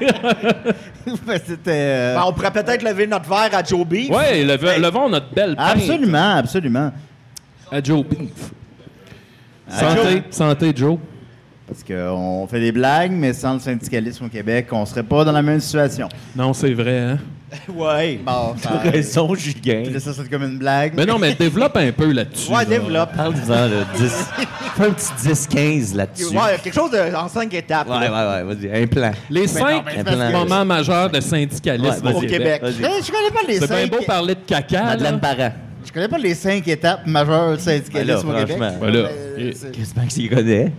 Speaker 2: Ben, C'était. euh,
Speaker 4: Ben, on pourrait peut-être lever notre verre à Joe Beef.
Speaker 1: ouais, levons levons notre belle
Speaker 2: Ah,
Speaker 1: pinte
Speaker 2: Absolument, absolument.
Speaker 1: à Joe Beef. Santé, santé, Joe.
Speaker 2: Parce qu'on fait des blagues, mais sans le syndicalisme au Québec, on serait pas dans la même situation.
Speaker 1: Non, c'est vrai, hein?
Speaker 4: Ouais.
Speaker 2: (laughs) Bon, ben, ça,
Speaker 3: Raison, Julien.
Speaker 2: ça, c'est comme une blague.
Speaker 1: Mais non, mais développe un peu là-dessus.
Speaker 4: Ouais,
Speaker 1: là.
Speaker 4: développe.
Speaker 3: Parle-en, là. (laughs) 10. Fais un petit 10-15 là-dessus.
Speaker 4: Ouais, quelque chose de- en cinq étapes.
Speaker 3: ouais, ouais, ouais,
Speaker 4: là.
Speaker 3: vas-y. Un plan.
Speaker 1: Les
Speaker 2: non,
Speaker 1: cinq
Speaker 2: mais
Speaker 3: c'est parce que-
Speaker 1: moments majeurs de syndicalisme
Speaker 3: Ouais,
Speaker 1: au
Speaker 4: Au
Speaker 3: vas-y.
Speaker 1: Québec.
Speaker 4: Québec.
Speaker 3: Vas-y.
Speaker 2: Hey, je connais pas les
Speaker 1: C'est bien
Speaker 2: cinq.
Speaker 1: beau parler de caca, là.
Speaker 3: Madeleine Parent.
Speaker 2: Je connais pas les cinq étapes majeures du syndicalisme
Speaker 3: Ben là,
Speaker 2: au Québec.
Speaker 3: franchement.
Speaker 1: Ben là,
Speaker 2: Euh, c'est-
Speaker 3: Qu'est-ce que tu connais?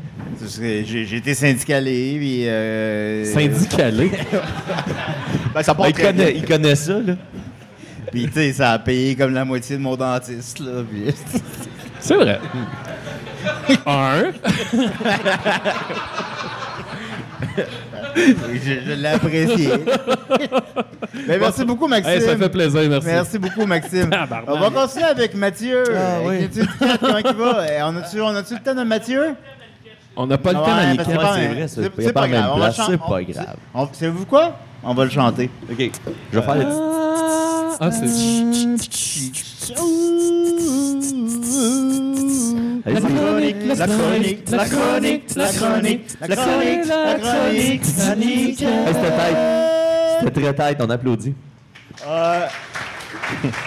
Speaker 2: c'est- J'ai j'ai été syndicalé, puis. euh,
Speaker 1: Syndicalé.
Speaker 4: Ben, ça
Speaker 3: Ben,
Speaker 4: part
Speaker 3: il,
Speaker 4: très bien.
Speaker 3: connaît, il connaît ça, là.
Speaker 2: Puis, tu sais, ça a payé comme la moitié de mon dentiste, là. Puis, (laughs)
Speaker 1: C'est vrai. (laughs) Un.
Speaker 2: je je l'ai (laughs) apprécié. Mais merci beaucoup, Maxime.
Speaker 1: Hey, ça fait plaisir, merci.
Speaker 2: Merci beaucoup, Maxime.
Speaker 1: Tabarnak.
Speaker 2: on va continuer avec Mathieu.
Speaker 3: Ah,
Speaker 2: Avec
Speaker 3: oui.
Speaker 2: les petites cartes, Comment il va? Eh, On a-tu, on a-tu le temps de Mathieu? Ah
Speaker 1: On n'a pas le
Speaker 2: Ouais,
Speaker 1: temps à
Speaker 2: parce
Speaker 1: Nicolas.
Speaker 2: que
Speaker 3: Ouais,
Speaker 2: pas-
Speaker 3: c'est vrai, ça.
Speaker 2: c'est-
Speaker 3: Il y a
Speaker 2: c'est
Speaker 3: pas
Speaker 2: pas
Speaker 3: la même
Speaker 2: grave, on va
Speaker 3: place,
Speaker 2: chan-
Speaker 3: c'est pas
Speaker 2: on-
Speaker 3: grave.
Speaker 2: On- Savez-vous quoi? On va le chanter.
Speaker 3: OK. Je vais faire le
Speaker 1: Ah,
Speaker 3: petit...
Speaker 2: La
Speaker 3: Allez-y.
Speaker 2: chronique, la chronique, la chronique, la chronique, la chronique, la chronique.
Speaker 3: Hey, C'était tête. C'était très tête, on applaudit.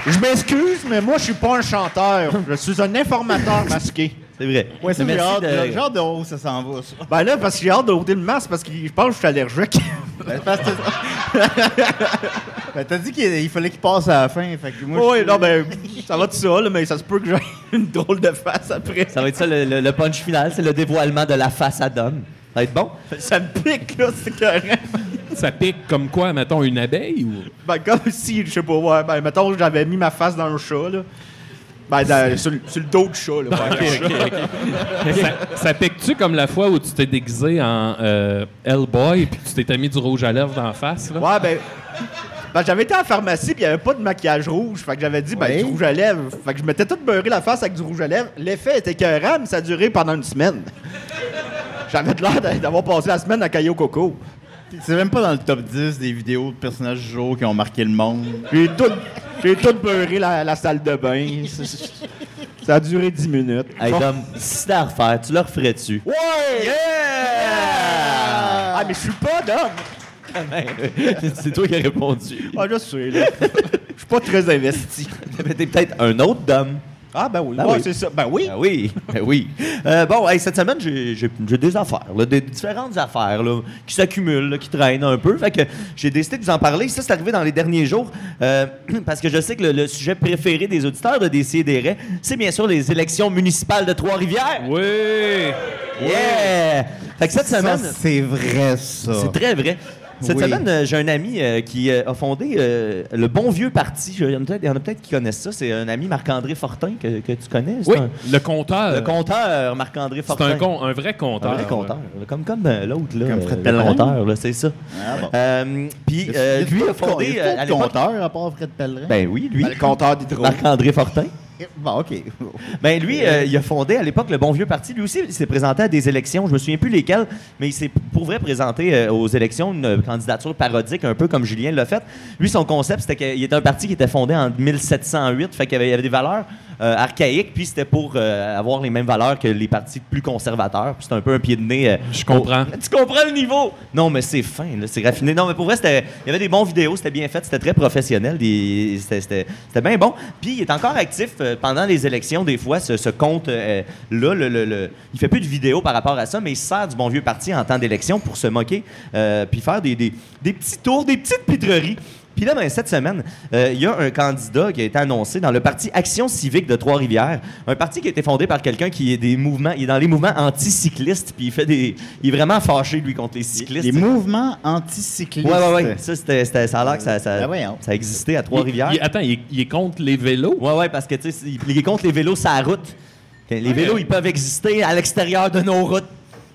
Speaker 4: Je m'excuse, mais moi, je suis pas un chanteur. Je suis un informateur masqué.
Speaker 3: C'est vrai.
Speaker 2: Ouais, ça,
Speaker 3: Mais
Speaker 2: j'ai
Speaker 3: merci
Speaker 2: hâte,
Speaker 3: de-
Speaker 2: là, j'ai hâte de haut, ça s'en va, ça.
Speaker 4: Ben là, parce que j'ai hâte de ôter le masque parce que je pense que je suis allergique.
Speaker 2: Ben, parce que- (laughs) Ben, T'as dit qu'il il fallait qu'il passe à la fin, fait que moi...
Speaker 4: oui,
Speaker 2: je-
Speaker 4: non, ben, ça va de ça, là, mais ça se peut que j'ai (laughs) une drôle de face après.
Speaker 3: Ça va être ça, le, le- le punch final, c'est le dévoilement de la face à Dom. Ça va être bon.
Speaker 4: Ça me pique, là, c'est correct.
Speaker 1: Ça pique comme quoi, mettons, une abeille
Speaker 2: (laughs)
Speaker 1: ou.
Speaker 4: Ben, comme si, je sais pas, ouais, ben, mettons, j'avais mis ma face dans le chat, là. Ben, dans- sur, le- sur le dos du chat, là. ouais.
Speaker 1: ça, ça pique-tu comme la fois où tu t'es déguisé en euh, Hellboy puis que tu t'étais mis du rouge à lèvres d'en face, là?
Speaker 4: Ouais, ben. ben, j'avais été à la pharmacie, puis il n'y avait pas de maquillage rouge. Fait que j'avais dit, ben,
Speaker 2: Oui.
Speaker 4: du rouge à lèvres. Fait que je m'étais tout beurré la face avec du rouge à lèvres. L'effet était écœurant, mais ça a duré pendant une semaine. (laughs) J'avais de l'air d'a- d'avoir passé la semaine à Caillou Coco.
Speaker 2: C'est même pas dans le top 10 des vidéos de personnages du jour qui ont marqué le monde.
Speaker 4: J'ai tout, j'ai tout beurré la, la salle de bain. C'est- c'est- Ça a duré 10 minutes.
Speaker 3: Hey
Speaker 4: Bon.
Speaker 3: Dom, si c'était à refaire, tu le (laughs) referais-tu?
Speaker 4: Ouais! Ah, mais je suis pas d'homme!
Speaker 3: c'est toi qui as répondu.
Speaker 4: Ah, je sais, là. (laughs) Je suis pas très investi.
Speaker 3: Mais t'es peut-être un autre Dom.
Speaker 4: Ah, ben oui.
Speaker 3: Ben
Speaker 4: ouais,
Speaker 3: oui.
Speaker 4: c'est ça. Ben oui.
Speaker 3: Ben oui, (laughs) ben oui. Euh, bon, hey, cette semaine, j'ai j'ai- j'ai des affaires, là, des différentes affaires là, qui s'accumulent, là, qui traînent un peu. Fait que j'ai décidé de vous en parler. Ça, c'est arrivé dans les derniers jours euh, (clears throat) parce que je sais que le, le sujet préféré des auditeurs de DCDR, c'est bien sûr les élections municipales de Trois-Rivières.
Speaker 1: Oui!
Speaker 3: Yeah! Fait que cette
Speaker 2: Ça,
Speaker 3: semaine...
Speaker 2: c'est vrai, ça.
Speaker 3: C'est très vrai. Cette
Speaker 2: Oui.
Speaker 3: semaine, euh, j'ai un ami euh, qui euh, a fondé euh, le Bon Vieux Parti. Je- Il y en a peut-être peut qui connaissent ça. C'est un ami Marc-André Fortin que, que tu connais. C'est
Speaker 1: Oui,
Speaker 3: un-
Speaker 1: le compteur.
Speaker 3: le compteur Marc-André
Speaker 1: C'est
Speaker 3: Fortin.
Speaker 1: un, con- un vrai
Speaker 3: Un
Speaker 1: compteur.
Speaker 3: vrai compteur. Comme, comme euh, l'autre, là.
Speaker 2: Comme Fred
Speaker 3: euh, le
Speaker 2: Pellerin.
Speaker 3: compteur, là, c'est ça.
Speaker 2: Ah, bon.
Speaker 3: Euh, Puis euh, lui a fondé. euh, à
Speaker 2: un
Speaker 3: l'époque-
Speaker 2: compteur à part Fred Pellerin.
Speaker 3: Ben oui, lui.
Speaker 4: Ben, le compteur d'hydro.
Speaker 3: Marc-André Fortin.
Speaker 2: bon, OK.
Speaker 3: Ben lui, euh, il a fondé à l'époque le Bon Vieux Parti. Lui aussi, il s'est présenté à des élections. Je me souviens plus lesquelles, mais il s'est pour vrai présenté euh, aux élections une euh, candidature parodique, un peu comme Julien l'a fait. Lui, son concept, c'était qu'il était un parti qui était fondé en 1708, fait qu'il y avait, il y avait des valeurs euh, archaïques, puis c'était pour euh, avoir les mêmes valeurs que les partis plus conservateurs. Puis c'était un peu un pied de nez. euh,
Speaker 1: Je comprends.
Speaker 3: au- (laughs) tu comprends le niveau? Non, mais c'est fin, là, c'est raffiné. Non, mais pour vrai, c'était- il y avait des bons vidéos, c'était bien fait, c'était très professionnel, des- c'était- c'était c'était bien bon. Puis il est encore actif euh, pendant les élections, des fois, ce, ce compte-là. le, le- le- il fait plus de vidéos par rapport à ça, mais il se sert du bon vieux parti en temps d'élection pour se moquer, euh, puis faire des, des- des petits tours, des petites pitreries. Puis là, ben, cette semaine, euh, il y a un candidat qui a été annoncé dans le parti Action civique de Trois-Rivières. Un parti qui a été fondé par quelqu'un qui est des mouvements, il est dans les mouvements anticyclistes, puis il fait des, il est vraiment fâché lui contre les Euh, cyclistes.
Speaker 2: Les mouvements anticyclistes.
Speaker 3: ouais, ouais, ouais. Ça, c'était, c'était- ça a l'air que ça, ça,
Speaker 2: Ben voyons.
Speaker 3: ça existait à
Speaker 1: Il-
Speaker 3: Trois-Rivières.
Speaker 1: il- attends, il, il est contre les vélos?
Speaker 3: Ouais, ouais, parce que tu sais, il est contre les vélos sur la route. Les vélos, ils peuvent exister à l'extérieur de nos routes.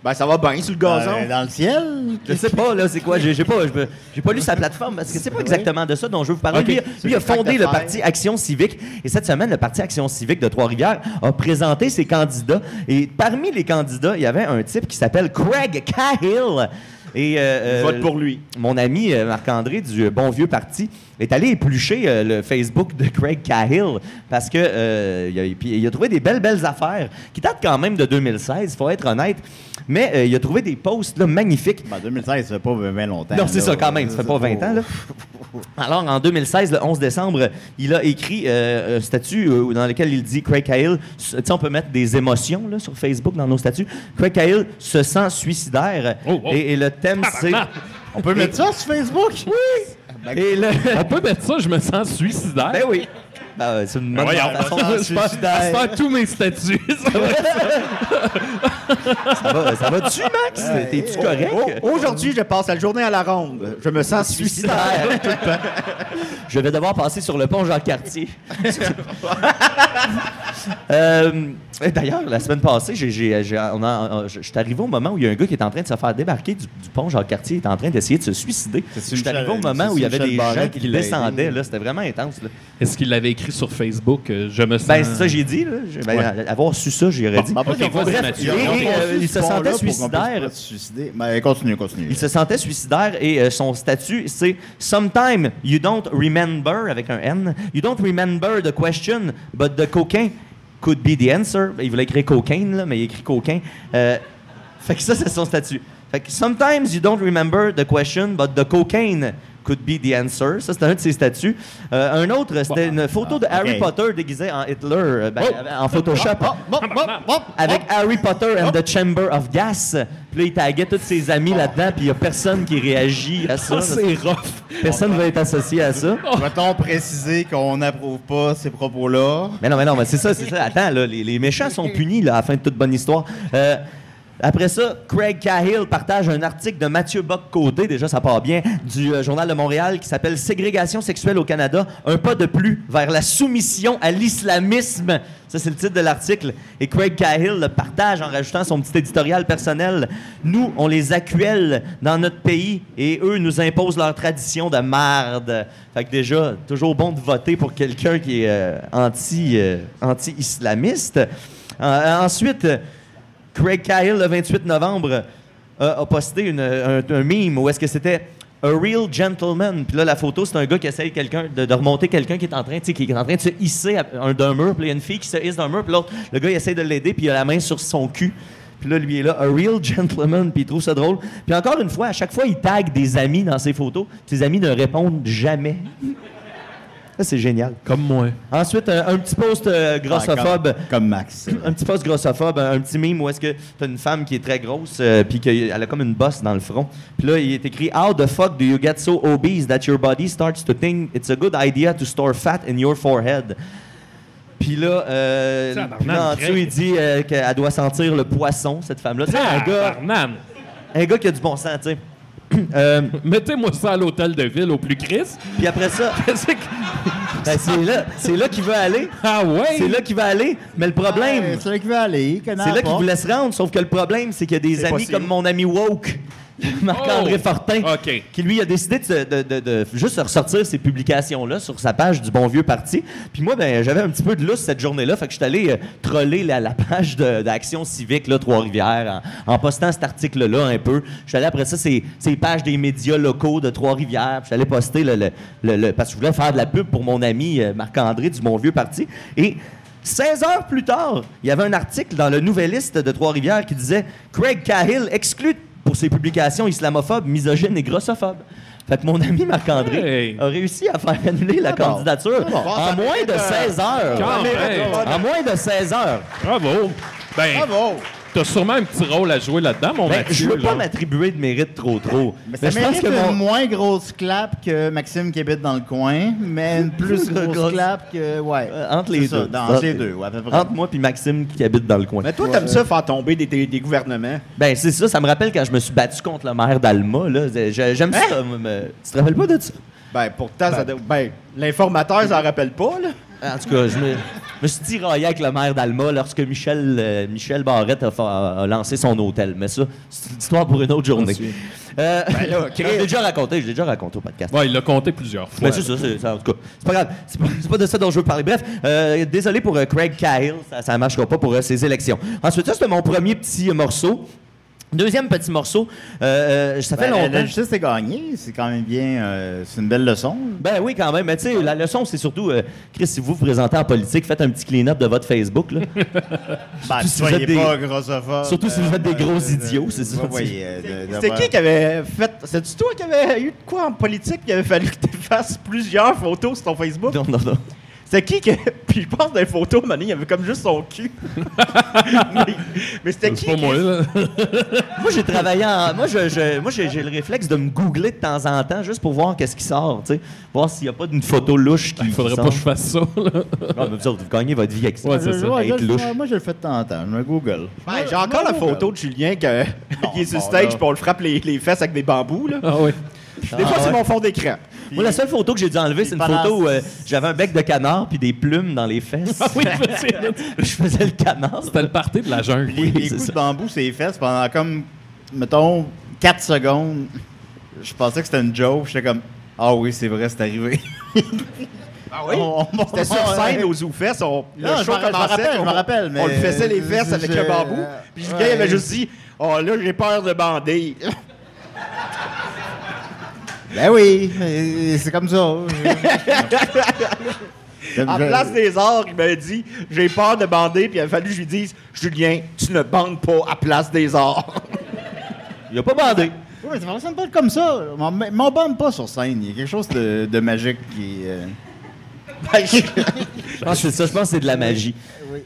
Speaker 4: Ben, ça va bien sur le
Speaker 2: Dans,
Speaker 4: gazon.
Speaker 2: dans le ciel?
Speaker 3: Je sais pas, là, c'est quoi? J'ai j'ai pas, je me- j'ai pas lu sa plateforme parce que c'est pas exactement de ça dont je veux vous parler.
Speaker 1: Ok.
Speaker 3: Lui, lui a
Speaker 4: C'est
Speaker 3: fondé
Speaker 4: le
Speaker 3: le
Speaker 4: pacte de
Speaker 3: Parti
Speaker 4: fer.
Speaker 3: Action Civique et cette semaine, le Parti Action Civique de Trois-Rivières a présenté ses candidats. Et parmi les candidats, il y avait un type qui s'appelle Craig Cahill. Et, euh,
Speaker 4: Vote
Speaker 3: euh,
Speaker 4: pour lui.
Speaker 3: mon ami euh, Marc-André du euh, Bon Vieux Parti est allé éplucher euh, le Facebook de Craig Cahill parce que euh, il, a, puis il a trouvé des belles, belles affaires qui datent quand même de 2016, faut être honnête. Mais euh, il a trouvé des posts là, magnifiques.
Speaker 2: En 2016, ça fait pas bien longtemps.
Speaker 3: Non, c'est
Speaker 2: là.
Speaker 3: ça quand même, ça fait pas 20 (laughs) ans. Là. Alors, en 2016, le 11 décembre, il a écrit euh, un statut euh, dans lequel il dit Craig Cahill, s- tu sais, on peut mettre des émotions là, sur Facebook dans nos statuts. Craig Cahill se sent suicidaire
Speaker 1: Oh, oh.
Speaker 3: Et, et le thème c'est.
Speaker 1: Tabarnak.
Speaker 2: On peut mettre ça sur Facebook?
Speaker 3: Et le-
Speaker 1: On peut mettre ça, je me sens suicidaire.
Speaker 3: (laughs) Ben oui. Ben, euh, c'est une bonne
Speaker 1: Voyons,
Speaker 3: façon
Speaker 1: je
Speaker 3: de (laughs)
Speaker 1: pense- je
Speaker 3: suicidaire.
Speaker 1: pense tous mes statuts. (laughs) ça va être-
Speaker 3: Ça va, ça va-tu, Max? T'es-tu correct?
Speaker 4: Oh, Aujourd'hui, je passe la journée à la ronde. Je me sens suicidaire.
Speaker 3: Suicidaire. (laughs) Je vais devoir passer sur le pont Jean-Cartier. Euh, et D'ailleurs, la semaine passée, j'ai- j'ai- j'ai- on a- on- je je suis arrivé au moment où il y a un gars qui est en train de se faire débarquer du, du pont Jean-Cartier, il est en train d'essayer de se suicider. Je
Speaker 2: C'est
Speaker 3: suis
Speaker 2: Michel-
Speaker 3: arrivé au moment où il y
Speaker 2: c'est
Speaker 3: avait des
Speaker 2: Michel Barrette
Speaker 3: gens qui
Speaker 2: qui
Speaker 3: le
Speaker 2: l'a
Speaker 3: descendaient.
Speaker 2: aidé.
Speaker 3: là, C'était vraiment intense. là.
Speaker 1: Est-ce qu'il l'avait écrit sur Facebook? euh, Je me sens...
Speaker 3: Ben, c'est ça que j'ai dit. là. J'ai- ben, Avoir su ça, j'aurais dit.
Speaker 1: Ok, vas-y,
Speaker 3: bref,
Speaker 1: Mathieu.
Speaker 3: il est-
Speaker 1: Ils
Speaker 3: et, euh, il se sentait
Speaker 2: Il
Speaker 3: suicidaire.
Speaker 2: se suicider. Mais continue, continue.
Speaker 3: Il se sentait suicidaire et euh, son statut, c'est Sometime you don't remember, avec un N, you don't remember the question, but the cocaine could be the answer. Il voulait écrire cocaine, là, mais il écrit coquin. Euh, fait que ça, c'est son statut. Fait que Sometimes you don't remember the question, but the cocaine could be the answer. Ça, c'était un de ses statuts. Euh, un autre, c'était une photo de
Speaker 2: Ah, ok. Oh! Ah,
Speaker 3: Harry Potter déguisé en Hitler, euh, ben, en Photoshop. Avec
Speaker 1: Oh.
Speaker 3: Harry Potter and the Chamber of Gas. Puis là, il taguait tous ses amis là-dedans, puis il n'y a personne qui réagit à ça.
Speaker 1: Ça, Ah, c'est rough.
Speaker 3: personne ne va être associé à ça.
Speaker 2: Peut-on préciser qu'on n'approuve pas ces propos-là?
Speaker 3: Mais non, mais non, mais c'est ça, c'est ça. Attends, là, les, les méchants sont punis là, à la fin de toute bonne histoire. Euh, après ça, Craig Cahill partage un article de Mathieu Bock-Côté, déjà ça part bien, du euh, Journal de Montréal qui s'appelle Ségrégation sexuelle au Canada, un pas de plus vers la soumission à l'islamisme. Ça, c'est le titre de l'article. Et Craig Cahill le partage en rajoutant son petit éditorial personnel. Nous, on les accueille dans notre pays et eux nous imposent leur tradition de marde. Fait que déjà, toujours bon de voter pour quelqu'un qui est euh, anti, euh, anti-islamiste. Euh, ensuite, euh, Craig Kyle, le 28 novembre, euh, a posté une- un, un meme où est-ce que c'était A Real Gentleman. Puis là, la photo, c'est un gars qui essaye quelqu'un de, de remonter quelqu'un qui est en train, tu sais, qui est en train de se hisser à- un- d'un mur. Puis là, il y a une fille qui se hisse d'un mur. Puis l'autre, le gars, il essaie de l'aider. Puis il a la main sur son cul. Puis là, lui il est là, a real gentleman, puis il trouve ça drôle. Puis encore une fois, à chaque fois, il tag des amis dans ses photos. Ses amis ne répondent jamais. Ça, c'est génial.
Speaker 1: Comme moi.
Speaker 3: Ensuite, un, un petit post euh, grossophobe
Speaker 2: Ben, Comme, comme Max.
Speaker 3: un petit post grossophobe, un petit mime où est-ce que t'as une femme qui est très grosse euh, puis qu'elle a comme une bosse dans le front. Puis là, il est écrit How the fuck do you get so obese that your body starts to think it's a good idea to store fat in your forehead? Puis là, euh,
Speaker 1: Tabarnak,
Speaker 3: puis là, en dessous,
Speaker 1: Greg. Ah,
Speaker 3: il dit euh, qu'elle doit sentir le poisson, cette femme-là. Tu sais, un Ah, gars,
Speaker 1: Tabarnane.
Speaker 3: un gars qui a du bon sens, tu sais. (clears throat) Euh,
Speaker 1: Mettez-moi ça à l'hôtel de ville au plus (laughs) Christ.
Speaker 3: puis après ça,
Speaker 1: Qu'est-ce que-
Speaker 3: ben, c'est là, c'est là qu'il veut aller.
Speaker 1: Ah ouais?
Speaker 3: C'est là qu'il va aller. Mais le problème,
Speaker 2: Ouais, C'est là qu'il veut aller.
Speaker 3: C'est là qu'il vous laisse rendre, sauf que le problème, c'est qu'il y a des
Speaker 4: C'est
Speaker 3: amis
Speaker 4: possible.
Speaker 3: comme mon ami Woke, (laughs) Marc-André
Speaker 1: Oh!
Speaker 3: Fortin,
Speaker 1: OK.
Speaker 3: qui lui a décidé de, se- de- de- de juste ressortir ces publications-là sur sa page du Bon Vieux Parti. Puis moi, ben, j'avais un petit peu de lousse cette journée-là, fait que je suis allé euh, troller la, la page de- d'Action Civique, là, Trois-Rivières, en, en postant cet article-là un peu. Je suis allé après ça, ces, ces pages des médias locaux de Trois-Rivières. Puis Je suis allé poster le, le- le- le- Parce que je voulais faire de la pub pour mon ami euh, Marc-André du Bon Vieux Parti. Et 16 heures plus tard, il y avait un article dans le Nouvelliste de Trois-Rivières qui disait Craig Cahill exclu pour ses publications islamophobes, misogynes et grossophobes. Fait que mon ami Marc-André
Speaker 1: Hey.
Speaker 3: a réussi à faire annuler la candidature en moins de 16 heures.
Speaker 1: Quand même.
Speaker 3: En moins de 16 heures.
Speaker 1: Bravo. Ben,
Speaker 2: Bravo!
Speaker 1: t'as sûrement un petit rôle à jouer là-dedans, mon
Speaker 3: Ben,
Speaker 1: Mathieu.
Speaker 3: je veux pas
Speaker 1: là.
Speaker 3: m'attribuer de mérite trop trop.
Speaker 2: Mais
Speaker 3: Mais
Speaker 2: ça mérite une moins grosse clap que Maxime qui habite dans le coin, mais
Speaker 3: (laughs)
Speaker 2: une plus
Speaker 3: Plus grosse.
Speaker 2: grosse clap que. Ouais.
Speaker 3: Euh, entre les
Speaker 2: C'est ça,
Speaker 3: deux.
Speaker 2: dans-
Speaker 3: Entre-
Speaker 2: Entre les deux, ouais, à peu près. Ben,
Speaker 3: entre moi puis Maxime qui habite dans le coin.
Speaker 4: Mais toi, t'aimes ça faire tomber des, des- des gouvernements.
Speaker 3: Ben c'est ça, ça me rappelle quand je me suis battu contre le maire d'Alma là, Je- j'aime ça. me- Tu te rappelles pas de ça
Speaker 4: Ben, pourtant, ça doit- ben, l'informateur, ça en ben, rappelle pas, là.
Speaker 3: En tout cas, je me, me suis tiraillé avec le maire d'Alma lorsque Michel, euh, Michel Barrette a, fa- a lancé son hôtel. Mais ça, c'est une histoire pour une autre journée. Euh,
Speaker 2: Ben
Speaker 3: (laughs) je l'ai déjà raconté, je l'ai déjà raconté au podcast.
Speaker 1: Ouais, il l'a compté plusieurs fois.
Speaker 3: Mais c'est ça, c'est ça, en tout cas. C'est pas grave. C'est pas, c'est pas de ça dont je veux parler. Bref, euh, désolé pour euh, Craig Kyle, ça, ça marchera pas pour euh, ses élections. Ensuite, ça, c'était mon premier petit euh, morceau. Deuxième petit morceau, euh, euh, ça fait
Speaker 2: Ben, la-
Speaker 3: longtemps.
Speaker 2: La justice est gagnée, c'est quand même bien, euh, c'est une belle leçon.
Speaker 3: Ben oui, quand même. Mais tu sais, la leçon, c'est surtout, euh, Chris, si vous vous présentez en politique, faites un petit clean-up de votre
Speaker 2: (laughs)
Speaker 3: Facebook. Là.
Speaker 2: Ben,
Speaker 3: si vous êtes
Speaker 2: soyez
Speaker 3: des-
Speaker 2: pas grossophobe. euh, ben,
Speaker 3: surtout si vous êtes des gros idiots, c'est ça.
Speaker 2: Ouais, ouais, euh, de- de-
Speaker 4: C'était qui qui avait fait. C'est-tu toi qui avait eu de quoi en politique qui avait fallu que tu fasses plusieurs photos sur ton Facebook?
Speaker 3: Non, non, non.
Speaker 4: C'était qui que. (laughs) Puis je pense dans les photos, Mané, il avait comme juste son
Speaker 3: (laughs)
Speaker 4: cul. mais mais c'était qui?
Speaker 1: C'est pas moi, là.
Speaker 3: Moi, j'ai travaillé en. Moi, je, je- moi j'ai, j'ai le réflexe de me googler de temps en temps juste pour voir qu'est-ce qui sort, tu sais. Voir s'il n'y a pas d'une photo louche qui.
Speaker 1: Il Ah, (laughs) faudrait
Speaker 3: qui
Speaker 1: pas que
Speaker 3: sort.
Speaker 1: je fasse ça, là.
Speaker 3: Non, mais vous autres, vous gagnez votre vie avec ça.
Speaker 1: Ouais, c'est
Speaker 2: Ouais,
Speaker 1: ça.
Speaker 2: ouais,
Speaker 3: Être
Speaker 2: je-
Speaker 3: louche.
Speaker 2: ouais, Moi, je le fais de temps en temps, je me Google.
Speaker 4: Ouais, J'ai encore la photo de Julien que, (laughs) qui est sur
Speaker 2: bon,
Speaker 4: stage
Speaker 2: là.
Speaker 4: puis on le frappe les, les fesses avec des bambous. Là.
Speaker 1: Ah oui.
Speaker 4: Des fois,
Speaker 3: Ah,
Speaker 4: c'est
Speaker 3: ouais.
Speaker 4: mon fond d'écran.
Speaker 3: Moi, la seule photo que j'ai dû enlever, c'est une
Speaker 2: balance.
Speaker 3: photo où euh, j'avais un bec de canard puis des plumes dans
Speaker 1: (laughs)
Speaker 3: les fesses.
Speaker 1: Oui, c'est-
Speaker 3: je faisais le canard.
Speaker 1: c'était le party de la jungle.
Speaker 2: Les, les
Speaker 3: c'est
Speaker 2: coups
Speaker 3: ça.
Speaker 2: de bambou, c'est les fesses pendant comme, mettons, 4 secondes. Je pensais que c'était une joke, j'étais comme, ah oui, c'est vrai, c'est arrivé.
Speaker 4: (laughs) Ah
Speaker 2: On- on-
Speaker 4: C'était sur
Speaker 2: on-
Speaker 4: scène aux oufesses. On, le
Speaker 2: Ah, Non, je
Speaker 4: show
Speaker 2: m'en- je m'en
Speaker 4: commençait,
Speaker 2: rappelle, je
Speaker 4: on-
Speaker 2: m'en rappelle, mais-
Speaker 4: On le faisait les fesses
Speaker 2: je- euh,
Speaker 4: avec le bambou. Puis Julien
Speaker 2: ouais.
Speaker 4: avait juste dit Oh là, j'ai peur de bander. (laughs)
Speaker 2: Ben oui, euh, c'est comme
Speaker 4: (laughs)
Speaker 2: ça. J'aime-
Speaker 4: en
Speaker 2: j'aime-
Speaker 4: place des arts, il m'a dit J'ai peur de bander. Puis il a fallu que je lui dise Julien, tu ne bandes pas à place des arts.
Speaker 3: Il a pas bandé.
Speaker 2: Oui, mais ça fonctionne pas comme ça. On m- M'en bande pas sur scène. Il y a quelque chose de, de magique qui. euh,
Speaker 3: Je pense que c'est ça. Je pense que c'est de la magie.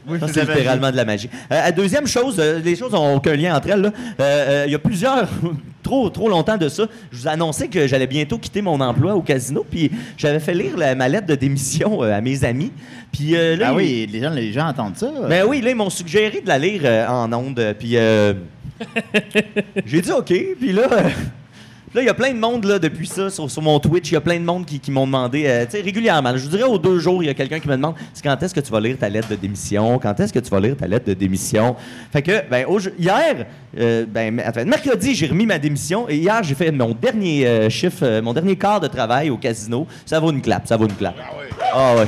Speaker 2: oui,
Speaker 3: Ça,
Speaker 2: c'est
Speaker 3: c'est
Speaker 2: de la
Speaker 3: littéralement de la magie. Euh, la deuxième chose, euh, les choses n'ont aucun lien entre elles. là. Euh, euh, Il y a plusieurs, (laughs) trop, trop longtemps de ça, je vous annonçais que j'allais bientôt quitter mon emploi au casino, puis j'avais fait lire la, ma lettre de démission euh, à mes amis. Puis, euh, là,
Speaker 2: Ah
Speaker 3: ils-
Speaker 2: oui, les gens, les gens entendent ça.
Speaker 3: Ben oui, là, ils m'ont suggéré de la lire euh, en ondes. euh, Puis euh, j'ai dit OK. Puis là, euh, là, il y a plein de monde là, depuis ça sur, sur mon Twitch. Il y a plein de monde qui, qui m'ont demandé, euh, tu sais, régulièrement. là, Je vous dirais, aux deux jours, il y a quelqu'un qui me demande c'est quand est-ce que tu vas lire ta lettre de démission Quand est-ce que tu vas lire ta lettre de démission Fait que, ben, au- hier, euh, ben, m- enfin, mercredi, j'ai remis ma démission. Et hier, j'ai fait mon dernier euh, chiffre, euh, mon dernier quart de travail au casino. Ça vaut une clap, ça vaut une clap. Ah ouais.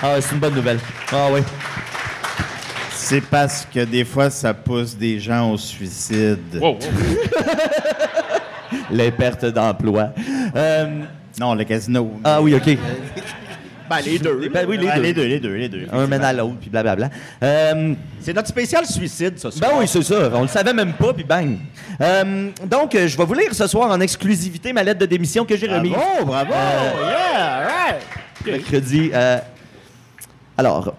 Speaker 3: Ah ouais, c'est une bonne nouvelle. Ah ouais.
Speaker 2: C'est parce que des fois, ça pousse des gens au suicide.
Speaker 1: Wow, wow.
Speaker 3: les pertes d'emploi. Euh,
Speaker 2: Non, le casino.
Speaker 3: ah oui, OK.
Speaker 4: ben, les deux.
Speaker 3: Ben oui, les
Speaker 2: Ah,
Speaker 3: deux. Ah
Speaker 2: les deux, les deux, les deux.
Speaker 3: Un mène à l'autre, puis blablabla. Euh,
Speaker 4: C'est notre spécial suicide, ça.
Speaker 3: ben oui, c'est ça. On le savait même pas, puis bang. Euh, donc, euh, je vais vous lire ce soir en exclusivité ma lettre de démission que j'ai remise.
Speaker 2: Ah,
Speaker 3: Euh,
Speaker 2: Bravo, bravo! yeah, right!
Speaker 3: mercredi. euh, alors,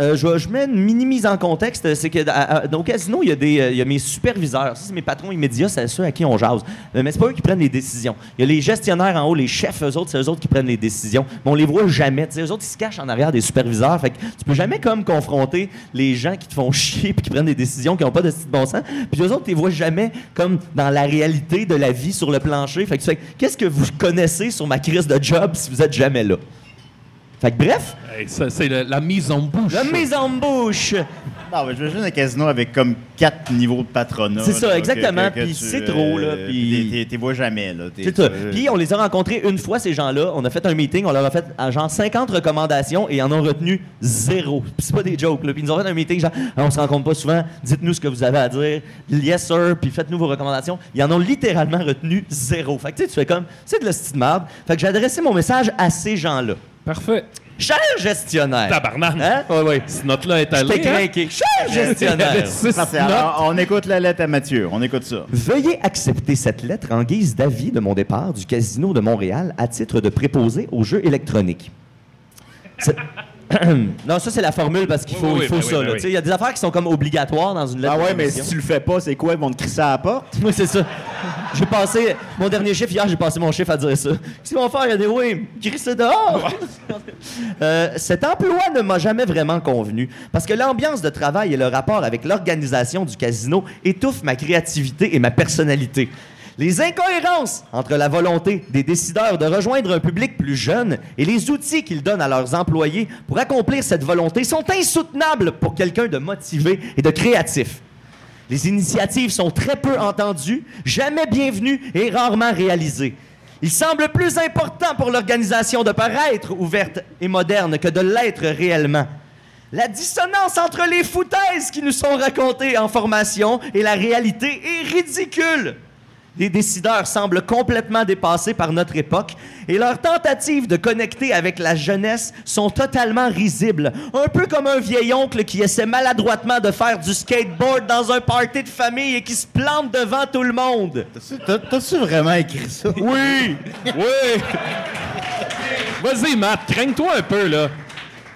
Speaker 3: euh, je, je mets une mini-mise en contexte. C'est que à- à- dans le casino, il y, a des, euh, il y a mes superviseurs. Ça, c'est mes patrons immédiats, c'est ceux à qui on jase. Euh, Mais c'est pas eux qui prennent les décisions. Il y a les gestionnaires en haut, les chefs, eux autres, c'est eux autres qui prennent les décisions. Mais on les voit jamais. Tu sais, eux autres, ils se cachent en arrière des superviseurs. Fait que tu peux jamais comme confronter les gens qui te font (laughs) chier puis qui prennent des décisions qui n'ont pas de style bon sens. Puis eux autres, tu les vois jamais comme dans la réalité de la vie sur le plancher. Fait que tu fais, qu'est-ce que vous connaissez sur ma crise de job si vous êtes jamais là? Fait que bref,
Speaker 1: Hey, ça, c'est le- la mise en bouche.
Speaker 3: la mise en bouche.
Speaker 2: Non, mais j'imagine un casino avec comme quatre niveaux de patronat.
Speaker 3: C'est ça,
Speaker 2: là, que-
Speaker 3: exactement,
Speaker 2: que- que
Speaker 3: puis
Speaker 2: tu,
Speaker 3: c'est
Speaker 2: euh,
Speaker 3: trop, là, puis-
Speaker 2: t'es- T'es vois jamais, là. t'es-
Speaker 3: C'est ça.
Speaker 2: t'es-
Speaker 3: Puis on les a rencontrés une fois, ces gens-là. On a fait un meeting, on leur a fait euh, genre 50 recommandations et ils en ont retenu zéro. Puis c'est pas des jokes, là. Puis ils nous ont fait un meeting, genre, Ah, on se rencontre pas souvent, dites-nous ce que vous avez à dire, yes sir, puis faites-nous vos recommandations. Ils en ont littéralement retenu zéro. Fait que tu sais, tu fais comme, c'est de la petite merde. Fait que j'ai adressé mon message à ces gens-là.
Speaker 1: Parfait.
Speaker 3: Cher gestionnaire.
Speaker 1: Tabarnak.
Speaker 3: Hein? Oui, oui.
Speaker 1: Ce note-là est
Speaker 3: J'étais
Speaker 1: allé. hein?
Speaker 3: craqué. Cher
Speaker 1: (laughs)
Speaker 3: gestionnaire.
Speaker 1: Six
Speaker 2: Parfait,
Speaker 1: notes.
Speaker 2: alors, on écoute la lettre à Mathieu, on écoute ça.
Speaker 3: Veuillez accepter cette lettre en guise d'avis de mon départ du Casino de Montréal à titre de préposé aux jeux électroniques. C'est- (clears throat) non, ça, c'est la formule parce qu'il
Speaker 1: Oui,
Speaker 3: faut,
Speaker 1: oui, ben
Speaker 3: il faut
Speaker 1: oui,
Speaker 3: ça.
Speaker 1: oui,
Speaker 3: là.
Speaker 1: oui.
Speaker 3: Tu sais, Il y a des affaires qui sont comme obligatoires dans une lettre.
Speaker 4: Ah
Speaker 3: de
Speaker 4: ouais, mais
Speaker 3: démission.
Speaker 4: si tu le fais pas, c'est quoi? Ils vont te crisser à la porte.
Speaker 3: Oui, c'est ça. J'ai passé. Mon dernier chiffre, hier, j'ai passé mon chiffre à dire ça. Qu'est-ce qu'ils vont faire? Il y a des oui, crissez dehors! Euh, cet emploi ne m'a jamais vraiment convenu parce que l'ambiance de travail et le rapport avec l'organisation du casino étouffent ma créativité et ma personnalité. Les incohérences entre la volonté des décideurs de rejoindre un public plus jeune et les outils qu'ils donnent à leurs employés pour accomplir cette volonté sont insoutenables pour quelqu'un de motivé et de créatif. Les initiatives sont très peu entendues, jamais bienvenues et rarement réalisées. Il semble plus important pour l'organisation de paraître ouverte et moderne que de l'être réellement. La dissonance entre les foutaises qui nous sont racontées en formation et la réalité est ridicule. Les décideurs semblent complètement dépassés par notre époque et leurs tentatives de connecter avec la jeunesse sont totalement risibles, un peu comme un vieil oncle qui essaie maladroitement de faire du skateboard dans un party de famille et qui se plante devant tout le monde.
Speaker 2: T'as-tu- t'as- T'as-tu vraiment écrit ça?
Speaker 1: Oui! Oui! Vas-y, Matt, craigne-toi un peu, là.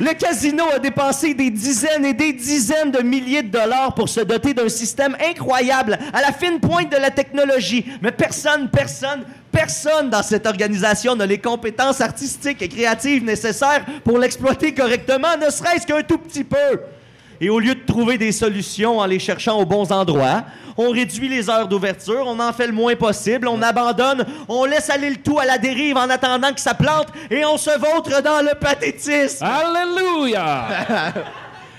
Speaker 3: Le casino a dépensé des dizaines et des dizaines de milliers de dollars pour se doter d'un système incroyable à la fine pointe de la technologie. Mais personne, personne, personne dans cette organisation n'a les compétences artistiques et créatives nécessaires pour l'exploiter correctement, ne serait-ce qu'un tout petit peu. Et au lieu de trouver des solutions en les cherchant aux bons endroits, on réduit les heures d'ouverture, on en fait le moins possible, on abandonne, on laisse aller le tout à la dérive en attendant que ça plante et on se vautre dans le pathétisme.
Speaker 1: Alléluia!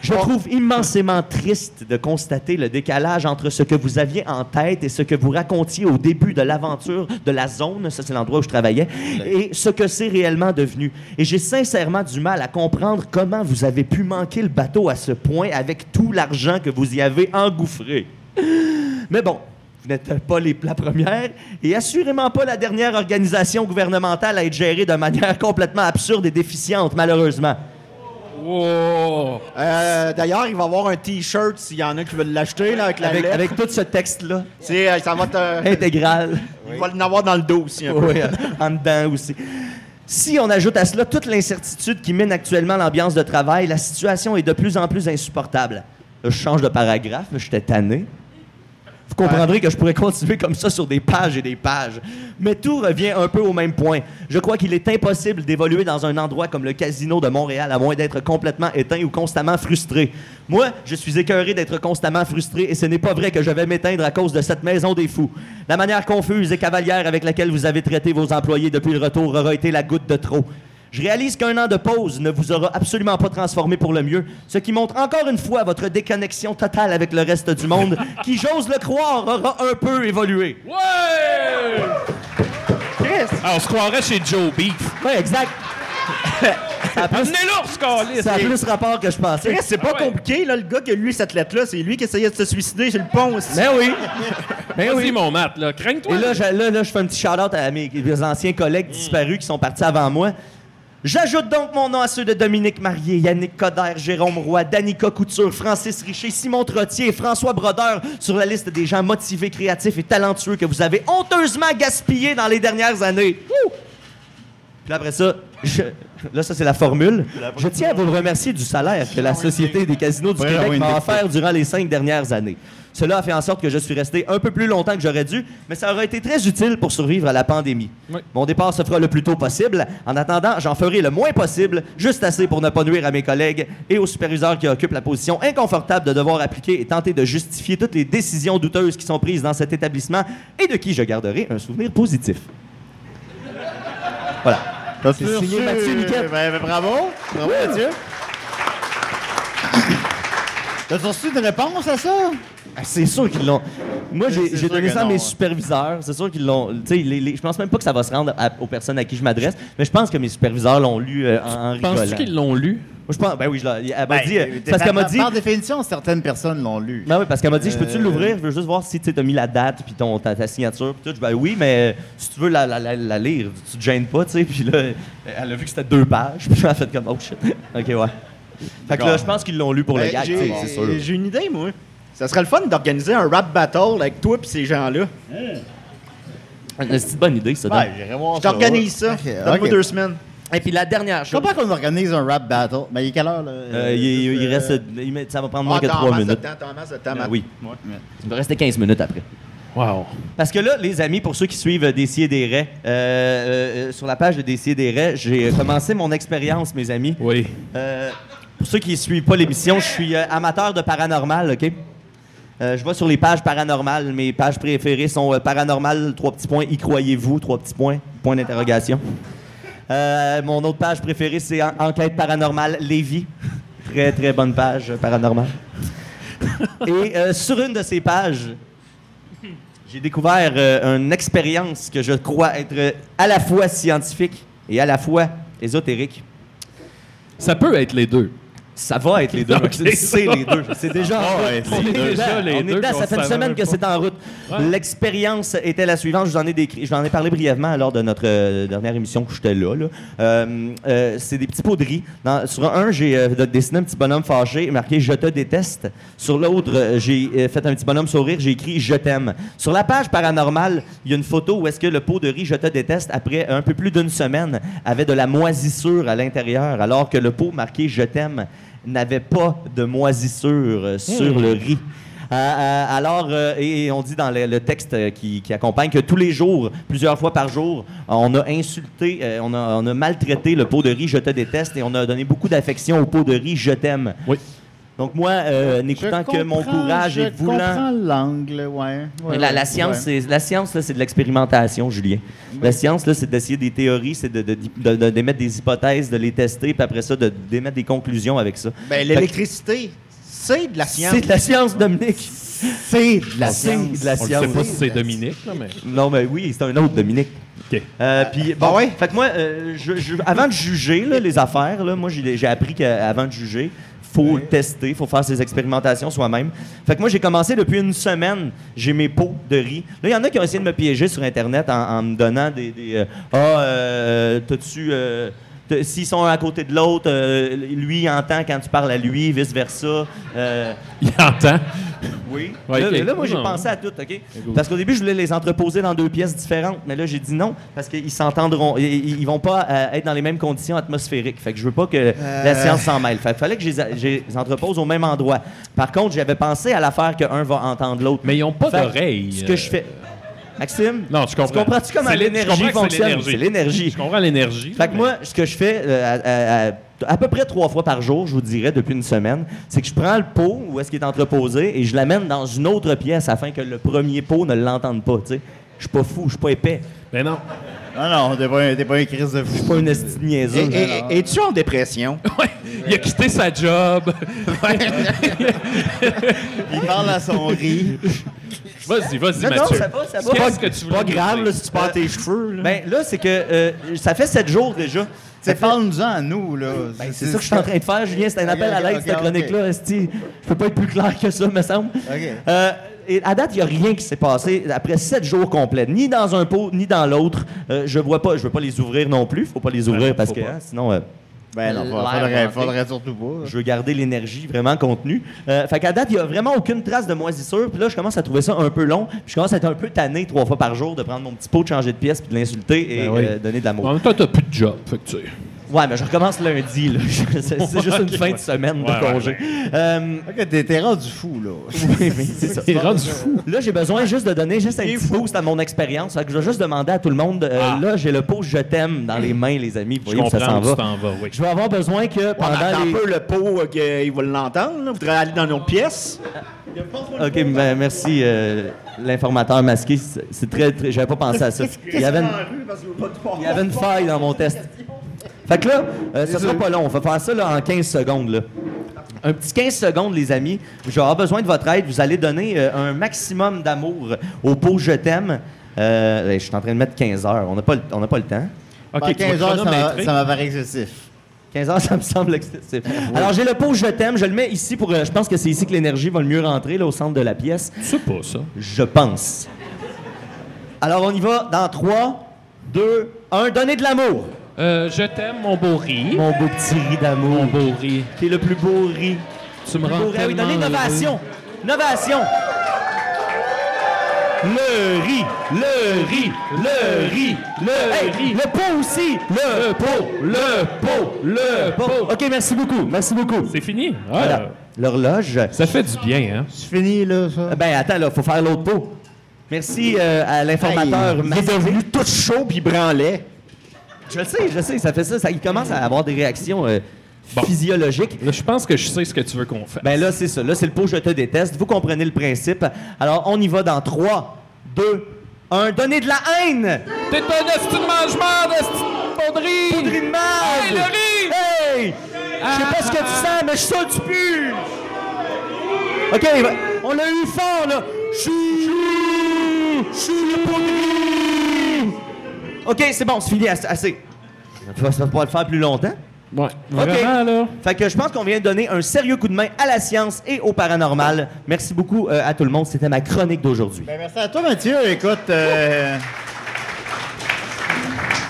Speaker 3: Je trouve immensément triste de constater le décalage entre ce que vous aviez en tête et ce que vous racontiez au début de l'aventure de la zone, ça c'est l'endroit où je travaillais, et ce que c'est réellement devenu. Et j'ai sincèrement du mal à comprendre comment vous avez pu manquer le bateau à ce point avec tout l'argent que vous y avez engouffré. Mais bon, vous n'êtes pas les, la première et assurément pas la dernière organisation gouvernementale à être gérée de manière (laughs) complètement absurde et déficiente, malheureusement.
Speaker 1: Wow!
Speaker 4: Euh, D'ailleurs, il va y avoir un T-shirt s'il y en a qui veulent l'acheter là, avec la
Speaker 3: Avec,
Speaker 4: lettre.
Speaker 3: avec tout ce texte-là.
Speaker 4: C'est, euh, ça va te...
Speaker 3: Intégrale.
Speaker 4: Il va l'en avoir dans le dos aussi un peu.
Speaker 3: Oui, en- en dedans aussi. Si on ajoute à cela toute l'incertitude qui mène actuellement l'ambiance de travail, la situation est de plus en plus insupportable. Là, je change de paragraphe, mais j'étais tanné. Vous comprendrez que je pourrais continuer comme ça sur des pages et des pages. Mais tout revient un peu au même point. Je crois qu'il est impossible d'évoluer dans un endroit comme le casino de Montréal à moins d'être complètement éteint ou constamment frustré. Moi, je suis écœuré d'être constamment frustré et ce n'est pas vrai que je vais m'éteindre à cause de cette maison des fous. La manière confuse et cavalière avec laquelle vous avez traité vos employés depuis le retour aura été la goutte de trop. Je réalise qu'un an de pause ne vous aura absolument pas transformé pour le mieux, ce qui montre encore une fois votre déconnexion totale avec le reste du
Speaker 4: (laughs)
Speaker 3: monde, qui, j'ose le croire, aura un peu évolué.
Speaker 1: Ouais!
Speaker 4: Chris!
Speaker 1: Ah, on se croirait chez Joe Beef.
Speaker 3: Ouais, exact. ça, a plus,
Speaker 1: Amenez l'ours, câlisse!
Speaker 3: ça a plus rapport que je pensais.
Speaker 4: Chris, c'est pas
Speaker 1: Ah ouais.
Speaker 4: compliqué, là, le gars qui a lu cette lettre-là, c'est lui qui essayait de se suicider sur le pont aussi.
Speaker 3: Ben oui. Ben
Speaker 1: Vas-y,
Speaker 3: oui.
Speaker 1: mon Matt, là, craigne-toi.
Speaker 3: Et là, je, là, là, je fais un petit shout-out à mes, mes anciens collègues disparus qui sont partis avant moi. J'ajoute donc mon nom à ceux de Dominique Marié, Yannick Coderre, Jérôme Roy, Danica Couture, Francis Richer, Simon Trottier et François Brodeur sur la liste des gens motivés, créatifs et talentueux que vous avez honteusement gaspillés dans les dernières années. Wouh! Puis là, après ça, je- là, ça, c'est la formule. Je tiens à vous remercier du salaire que la Société des casinos du
Speaker 2: Ouais,
Speaker 3: Québec
Speaker 2: ouais,
Speaker 3: m'a
Speaker 2: une
Speaker 3: offert durant les cinq dernières années. Cela a fait en sorte que je suis resté un peu plus longtemps que j'aurais dû, mais ça aurait été très utile pour survivre à la pandémie.
Speaker 1: Oui.
Speaker 3: Mon départ se fera le plus tôt possible. En attendant, j'en ferai le moins possible, juste assez pour ne pas nuire à mes collègues et aux superviseurs qui occupent la position inconfortable de devoir appliquer et tenter de justifier toutes les décisions douteuses qui sont prises dans cet établissement et de qui je garderai un souvenir positif. Voilà.
Speaker 2: T'as-tu
Speaker 3: C'est signé
Speaker 2: reçu,
Speaker 3: Mathieu Niquette.
Speaker 2: euh, ben, ben, bravo. Bravo, Mathieu. T'as-tu reçu une réponse à ça?
Speaker 3: Ah, C'est sûr qu'ils l'ont. Moi,
Speaker 2: C'est-
Speaker 3: j'ai
Speaker 2: c'est
Speaker 3: j'ai
Speaker 2: sûr
Speaker 3: donné
Speaker 2: que
Speaker 3: ça à
Speaker 2: non,
Speaker 3: mes
Speaker 2: hein.
Speaker 3: superviseurs. C'est sûr qu'ils l'ont. tu sais, les- les- Je pense même pas que ça va se rendre à- aux personnes à qui je m'adresse, mais je pense que mes superviseurs l'ont lu euh, en, en rigolant.
Speaker 1: Penses-tu qu'ils l'ont lu?
Speaker 3: Moi, je pense. Ben oui, je l'ai- elle m'a
Speaker 2: Ben,
Speaker 3: dit. euh,
Speaker 2: euh,
Speaker 3: parce
Speaker 2: par-
Speaker 3: qu'elle m'a
Speaker 2: par-
Speaker 3: dit.
Speaker 2: Par définition, certaines personnes l'ont lu.
Speaker 3: Ben oui, parce qu'elle m'a dit, je peux-tu l'ouvrir? Je veux juste voir si tu as mis la date, puis ton, ta, ta signature, puis tout. Je dis, Ben oui, mais euh, si tu veux la, la, la, la lire, tu te gênes pas, tu sais. Puis là, euh, elle a vu que c'était deux pages, (laughs) puis elle a fait comme, oh shit. OK, ouais. Fait que là, je pense qu'ils l'ont lu pour le
Speaker 4: Ben,
Speaker 3: gag, tu sais,
Speaker 4: j'ai-
Speaker 3: c'est sûr.
Speaker 4: J'ai une idée, moi. Ça serait le fun d'organiser un rap battle avec toi et ces gens-là.
Speaker 3: C'est une bonne idée, ça. donc.
Speaker 2: Ben, j'irai voir
Speaker 4: Je t'organise ça.
Speaker 2: Ok,
Speaker 4: Donne-moi
Speaker 2: ok.
Speaker 4: deux semaines.
Speaker 3: Et puis la dernière
Speaker 2: Je
Speaker 3: chose.
Speaker 2: comprends qu'on organise un rap battle. Mais il est quelle heure, là?
Speaker 3: Euh, il, il- il
Speaker 2: Euh,
Speaker 3: reste. il met- ça va prendre moins
Speaker 4: Ah,
Speaker 3: que
Speaker 4: t'as en
Speaker 3: 3
Speaker 4: masse de
Speaker 3: minutes.
Speaker 4: temps, t'as en masse de temps,
Speaker 3: Ah
Speaker 4: Matt.
Speaker 3: oui.
Speaker 4: Ouais.
Speaker 3: Il va rester 15 minutes après.
Speaker 1: Wow.
Speaker 3: Parce que là, les amis, pour ceux qui suivent euh, Décier des Raies, euh, euh, sur la page de Décier des Raies, j'ai commencé mon expérience, mes amis.
Speaker 1: Oui.
Speaker 3: Euh, pour ceux qui suivent pas l'émission, je suis euh, amateur de paranormal, OK? Euh, je vais sur les pages paranormales. Mes pages préférées sont euh, paranormal, trois petits points, y croyez-vous, trois petits points, point d'interrogation. Euh, mon autre page préférée, c'est En- Enquête paranormale Lévis. Très, très bonne page euh, paranormale. Et euh, sur une de ces pages, j'ai découvert euh, une expérience que je crois être euh, à la fois scientifique et à la fois ésotérique.
Speaker 1: Ça peut être les deux.
Speaker 3: Ça va être les deux.
Speaker 1: Ok.
Speaker 3: Je le sais, les deux. C'est déjà en route.
Speaker 1: les
Speaker 3: On est
Speaker 1: deux.
Speaker 3: dedans.
Speaker 1: Déjà les
Speaker 3: On est
Speaker 1: deux
Speaker 3: dedans.
Speaker 1: qu'on
Speaker 3: Ça fait une
Speaker 1: savait
Speaker 3: semaine que
Speaker 1: pas.
Speaker 3: c'est en route.
Speaker 1: Ouais.
Speaker 3: L'expérience était la suivante. Je vous en ai décrit, je vous en ai parlé brièvement lors de notre euh, dernière émission que j'étais là. là. Euh, euh, c'est des petits pots de riz. Dans- sur un, j'ai euh, dessiné un petit bonhomme fâché marqué Je te déteste. Sur l'autre, euh, j'ai euh, fait un petit bonhomme sourire. J'ai écrit Je t'aime. Sur la page paranormale, il y a une photo où est-ce que le pot de riz Je te déteste, après un peu plus d'une semaine, avait de la moisissure à l'intérieur, alors que le pot marqué Je t'aime n'avait pas de moisissure euh, sur le riz. Euh, euh, alors, euh, et, et on dit dans le, le texte euh, qui, qui accompagne que tous les jours, plusieurs fois par jour, on a insulté, euh, on, a, on a maltraité le pot de riz Je te déteste et on a donné beaucoup d'affection au pot de riz Je t'aime.
Speaker 1: Oui.
Speaker 3: Donc moi, euh,
Speaker 2: Je
Speaker 3: n'écoutant que mon
Speaker 2: comprends,
Speaker 3: courage
Speaker 2: je
Speaker 3: et voulant
Speaker 2: comprends l'angle, ouais. ouais,
Speaker 3: mais la, la
Speaker 2: ouais,
Speaker 3: science,
Speaker 2: ouais.
Speaker 3: c'est, la science là, c'est de l'expérimentation, Julien. La science, là, c'est d'essayer des théories, c'est de, de- de- de- d'émettre des hypothèses, de les tester, puis après ça, de, d'émettre des conclusions avec ça.
Speaker 4: Ben, l'électricité, c'est de la science.
Speaker 3: C'est de la science, Dominique.
Speaker 2: C'est de la
Speaker 3: C'est
Speaker 2: science.
Speaker 3: de la
Speaker 1: On ne sait
Speaker 3: science.
Speaker 1: pas si c'est Dominique, là, mais.
Speaker 3: Non, mais oui, c'est un autre, Dominique.
Speaker 1: OK. (laughs)
Speaker 3: Euh, puis, bon,
Speaker 4: ah ouais?
Speaker 3: Fait que moi, euh, je- je- avant de juger là, les affaires, là, moi, j'ai j'ai appris qu'avant de juger, faut tester, faut faire ses expérimentations soi-même. Fait que moi, j'ai commencé depuis une semaine, j'ai mes pots de riz. Là, il y en a qui ont essayé de me piéger sur Internet en, en me donnant des. des, euh, Ah, euh, t'as-tu. euh, t'as- S'ils sont un à côté de l'autre, euh, lui il entend quand tu parles à lui, vice-versa. Euh,
Speaker 1: Il entend.
Speaker 3: oui.
Speaker 1: Ouais, hein.
Speaker 3: là,
Speaker 1: ok.
Speaker 3: là, moi, j'ai
Speaker 1: Non.
Speaker 3: pensé à tout, OK? Parce qu'au début, je voulais les entreposer dans deux pièces différentes, mais là, j'ai dit non, parce qu'ils s'entendront. Ils, ils- ils vont pas euh, être dans les mêmes conditions atmosphériques. Fait que je veux pas que la science s'en mêle. Fait que fallait que je les, a- je les entrepose au même endroit. Par contre, j'avais pensé à l'affaire qu'un va entendre l'autre.
Speaker 1: Mais ils n'ont pas
Speaker 3: Fait que
Speaker 1: d'oreilles. euh,
Speaker 3: Ce que je fais. Maxime?
Speaker 1: Non, je comprends.
Speaker 3: Tu comprends-tu comment
Speaker 1: C'est l'é- je comprends
Speaker 3: l'énergie
Speaker 1: que c'est
Speaker 3: fonctionne?
Speaker 1: l'énergie.
Speaker 3: C'est l'énergie.
Speaker 1: Je comprends l'énergie.
Speaker 3: Fait que
Speaker 1: mais-
Speaker 3: moi, ce que je fais euh, à, à- à- à peu près trois fois par jour, je vous dirais, depuis une semaine, c'est que je prends le pot où est-ce qu'il est entreposé et je l'amène dans une autre pièce afin que le premier pot ne l'entende pas. tu sais. Je suis pas fou, je suis pas épais,
Speaker 1: Mais ben non. (laughs)
Speaker 2: Non, Ah non, t'es pas, un- t'es pas un crise de
Speaker 3: je
Speaker 2: fou.
Speaker 3: suis pas une esti de
Speaker 4: Et-
Speaker 3: niaiseuse.
Speaker 4: et- et- Es-tu en dépression?
Speaker 1: Ouais, Il a quitté sa job. (laughs)
Speaker 2: Il parle à (laughs) son riz.
Speaker 1: Vas-y, vas-y,
Speaker 3: Non, non,
Speaker 1: Mathieu.
Speaker 3: ça va, ça va.
Speaker 1: Qu'est-ce que tu voulais
Speaker 4: Pas
Speaker 1: nous
Speaker 4: grave
Speaker 1: dire?
Speaker 4: là, si (laughs) tu perds tes cheveux. là.
Speaker 3: Ben là, c'est que euh, ça fait sept jours déjà.
Speaker 2: Tu
Speaker 3: Ça
Speaker 2: sais,
Speaker 3: fait-
Speaker 2: parle-nous-en à nous, là.
Speaker 3: Ben, C'est ça que je suis en train de faire, Julien. C'est un
Speaker 2: Ok,
Speaker 3: appel à
Speaker 2: ok,
Speaker 3: l'aide,
Speaker 2: ok,
Speaker 3: cette
Speaker 2: ok.
Speaker 3: chronique-là. esti. Je peux pas être plus clair que ça, me semble. Euh, et à date, il n'y a rien qui s'est passé après sept jours complets, ni dans un pot, ni dans l'autre. Euh, je vois pas, je veux pas les ouvrir non plus. faut pas les ouvrir
Speaker 1: Ouais,
Speaker 3: parce
Speaker 1: faut
Speaker 3: que
Speaker 1: pas.
Speaker 3: hein, sinon, euh,
Speaker 2: Ben non,
Speaker 3: L'air
Speaker 2: faudrait,
Speaker 3: inventé.
Speaker 2: faudrait surtout pas.
Speaker 3: je veux garder l'énergie vraiment contenue. Euh, fait qu'à date, il n'y a vraiment aucune trace de moisissure. Puis là, je commence à trouver ça un peu long. Puis je commence à être un peu tanné trois fois par jour de prendre mon petit pot, de changer de pièce, puis de l'insulter et
Speaker 1: Ben oui.
Speaker 3: euh, donner de l'amour.
Speaker 1: En même temps, t'as plus de job. Fait que tu sais.
Speaker 3: Ouais, mais je recommence lundi. là. (laughs) c'est c'est juste une fin de semaine
Speaker 1: Ouais,
Speaker 3: de
Speaker 1: ouais,
Speaker 3: congé. Euh,
Speaker 2: Ok, t'es, t'es rendu fou, là.
Speaker 3: oui, oui, c'est ça.
Speaker 1: Il est rendu fou.
Speaker 3: Là, j'ai besoin juste de donner juste un petit boost à mon expérience. Fait que je vais juste demander à tout le monde. euh,
Speaker 1: Ah.
Speaker 3: Là, j'ai le pot Je t'aime dans les mains, les amis. Vous
Speaker 1: Je
Speaker 3: voyez où ça
Speaker 1: comprends
Speaker 3: s'en
Speaker 1: où tu
Speaker 3: va.
Speaker 1: t'en vas, oui.
Speaker 3: Je vais avoir besoin que
Speaker 4: Ouais, mais
Speaker 3: pendant
Speaker 4: attends
Speaker 3: les.
Speaker 4: un peu le pot, euh, que- il va l'entendre. là. Vous voudrez aller dans une autre pièce.
Speaker 3: Ok, ben, merci, euh, l'informateur masqué. C'est c'est très, très- J'avais pas pensé à ça. Il y avait une, il y avait une faille dans mon test. Fait que là, euh, ça sera pas long. On va faire ça là, en 15 secondes. Là. Un petit 15 secondes, les amis. Je vais avoir besoin de votre aide. Vous allez donner euh, un maximum d'amour au pot Je t'aime. Euh, ben, je suis en train de mettre 15 heures. On n'a pas, le- on n'a pas le temps.
Speaker 1: OK,
Speaker 2: Ben,
Speaker 1: tu vas
Speaker 2: 15 heures, ça
Speaker 1: chronométrer.
Speaker 2: m'a- ça m'apparaît excessif.
Speaker 3: 15 heures, (laughs) ça me semble excessif. Alors, j'ai le pot Je t'aime. Je le mets ici pour. euh, je pense que c'est ici que l'énergie va le mieux rentrer, là, au centre de la pièce.
Speaker 1: Tu sais pas, ça.
Speaker 3: Je pense. Alors, on y va dans 3, 2, 1. Donnez de l'amour.
Speaker 1: Euh, je t'aime, mon beau riz.
Speaker 3: Mon beau petit riz d'amour.
Speaker 1: Mon beau riz.
Speaker 3: T'es le plus beau riz.
Speaker 1: Tu me
Speaker 3: Le
Speaker 1: rends
Speaker 3: beau riz. Ah oui,
Speaker 1: tellement
Speaker 3: donnez une ovation. Une ovation. Le riz. Le riz. Le riz. Le riz. Le pot aussi. Le,
Speaker 1: Le
Speaker 3: pot.
Speaker 1: pot, le pot, le
Speaker 3: Bon,
Speaker 1: pot.
Speaker 3: OK, merci beaucoup. Merci beaucoup.
Speaker 1: C'est fini. Ah,
Speaker 3: Voilà. L'horloge.
Speaker 1: Ça fait du bien, hein?
Speaker 2: C'est fini, là, ça.
Speaker 3: Ben, attends, là, faut faire l'autre pot. Merci euh, à l'informateur.
Speaker 2: Hey, il est
Speaker 3: masqué.
Speaker 4: Devenu tout chaud puis branlait.
Speaker 3: Je le sais, je le sais, ça fait ça, ça- il commence à avoir des réactions euh,
Speaker 1: Bon.
Speaker 3: physiologique.
Speaker 1: Là, Je pense que je sais ce que tu veux qu'on fasse.
Speaker 3: Ben là, c'est ça. Là, c'est le pot je te déteste. Vous comprenez le principe. Alors, on y va dans 3, 2, 1. Donnez de la haine!
Speaker 1: T'es un esti de mangement, esti de fonderie!
Speaker 3: Poudre de merde!
Speaker 1: Hey, le riz!
Speaker 3: Hey! Je sais pas ce que tu sens, mais je sens que tu pues! OK, va- on l'a eu fort, là! Chou! Chou le poudre! OK, c'est bon, c'est fini, ass- assez. Ça va- Ça va pas le faire plus longtemps.
Speaker 1: Ouais, vraiment, là.
Speaker 3: Fait que je pense qu'on vient de donner un sérieux coup de main à la science et au paranormal. Merci beaucoup euh, à tout le monde. C'était ma chronique d'aujourd'hui.
Speaker 2: Ben, merci à toi, Mathieu. Écoute, euh,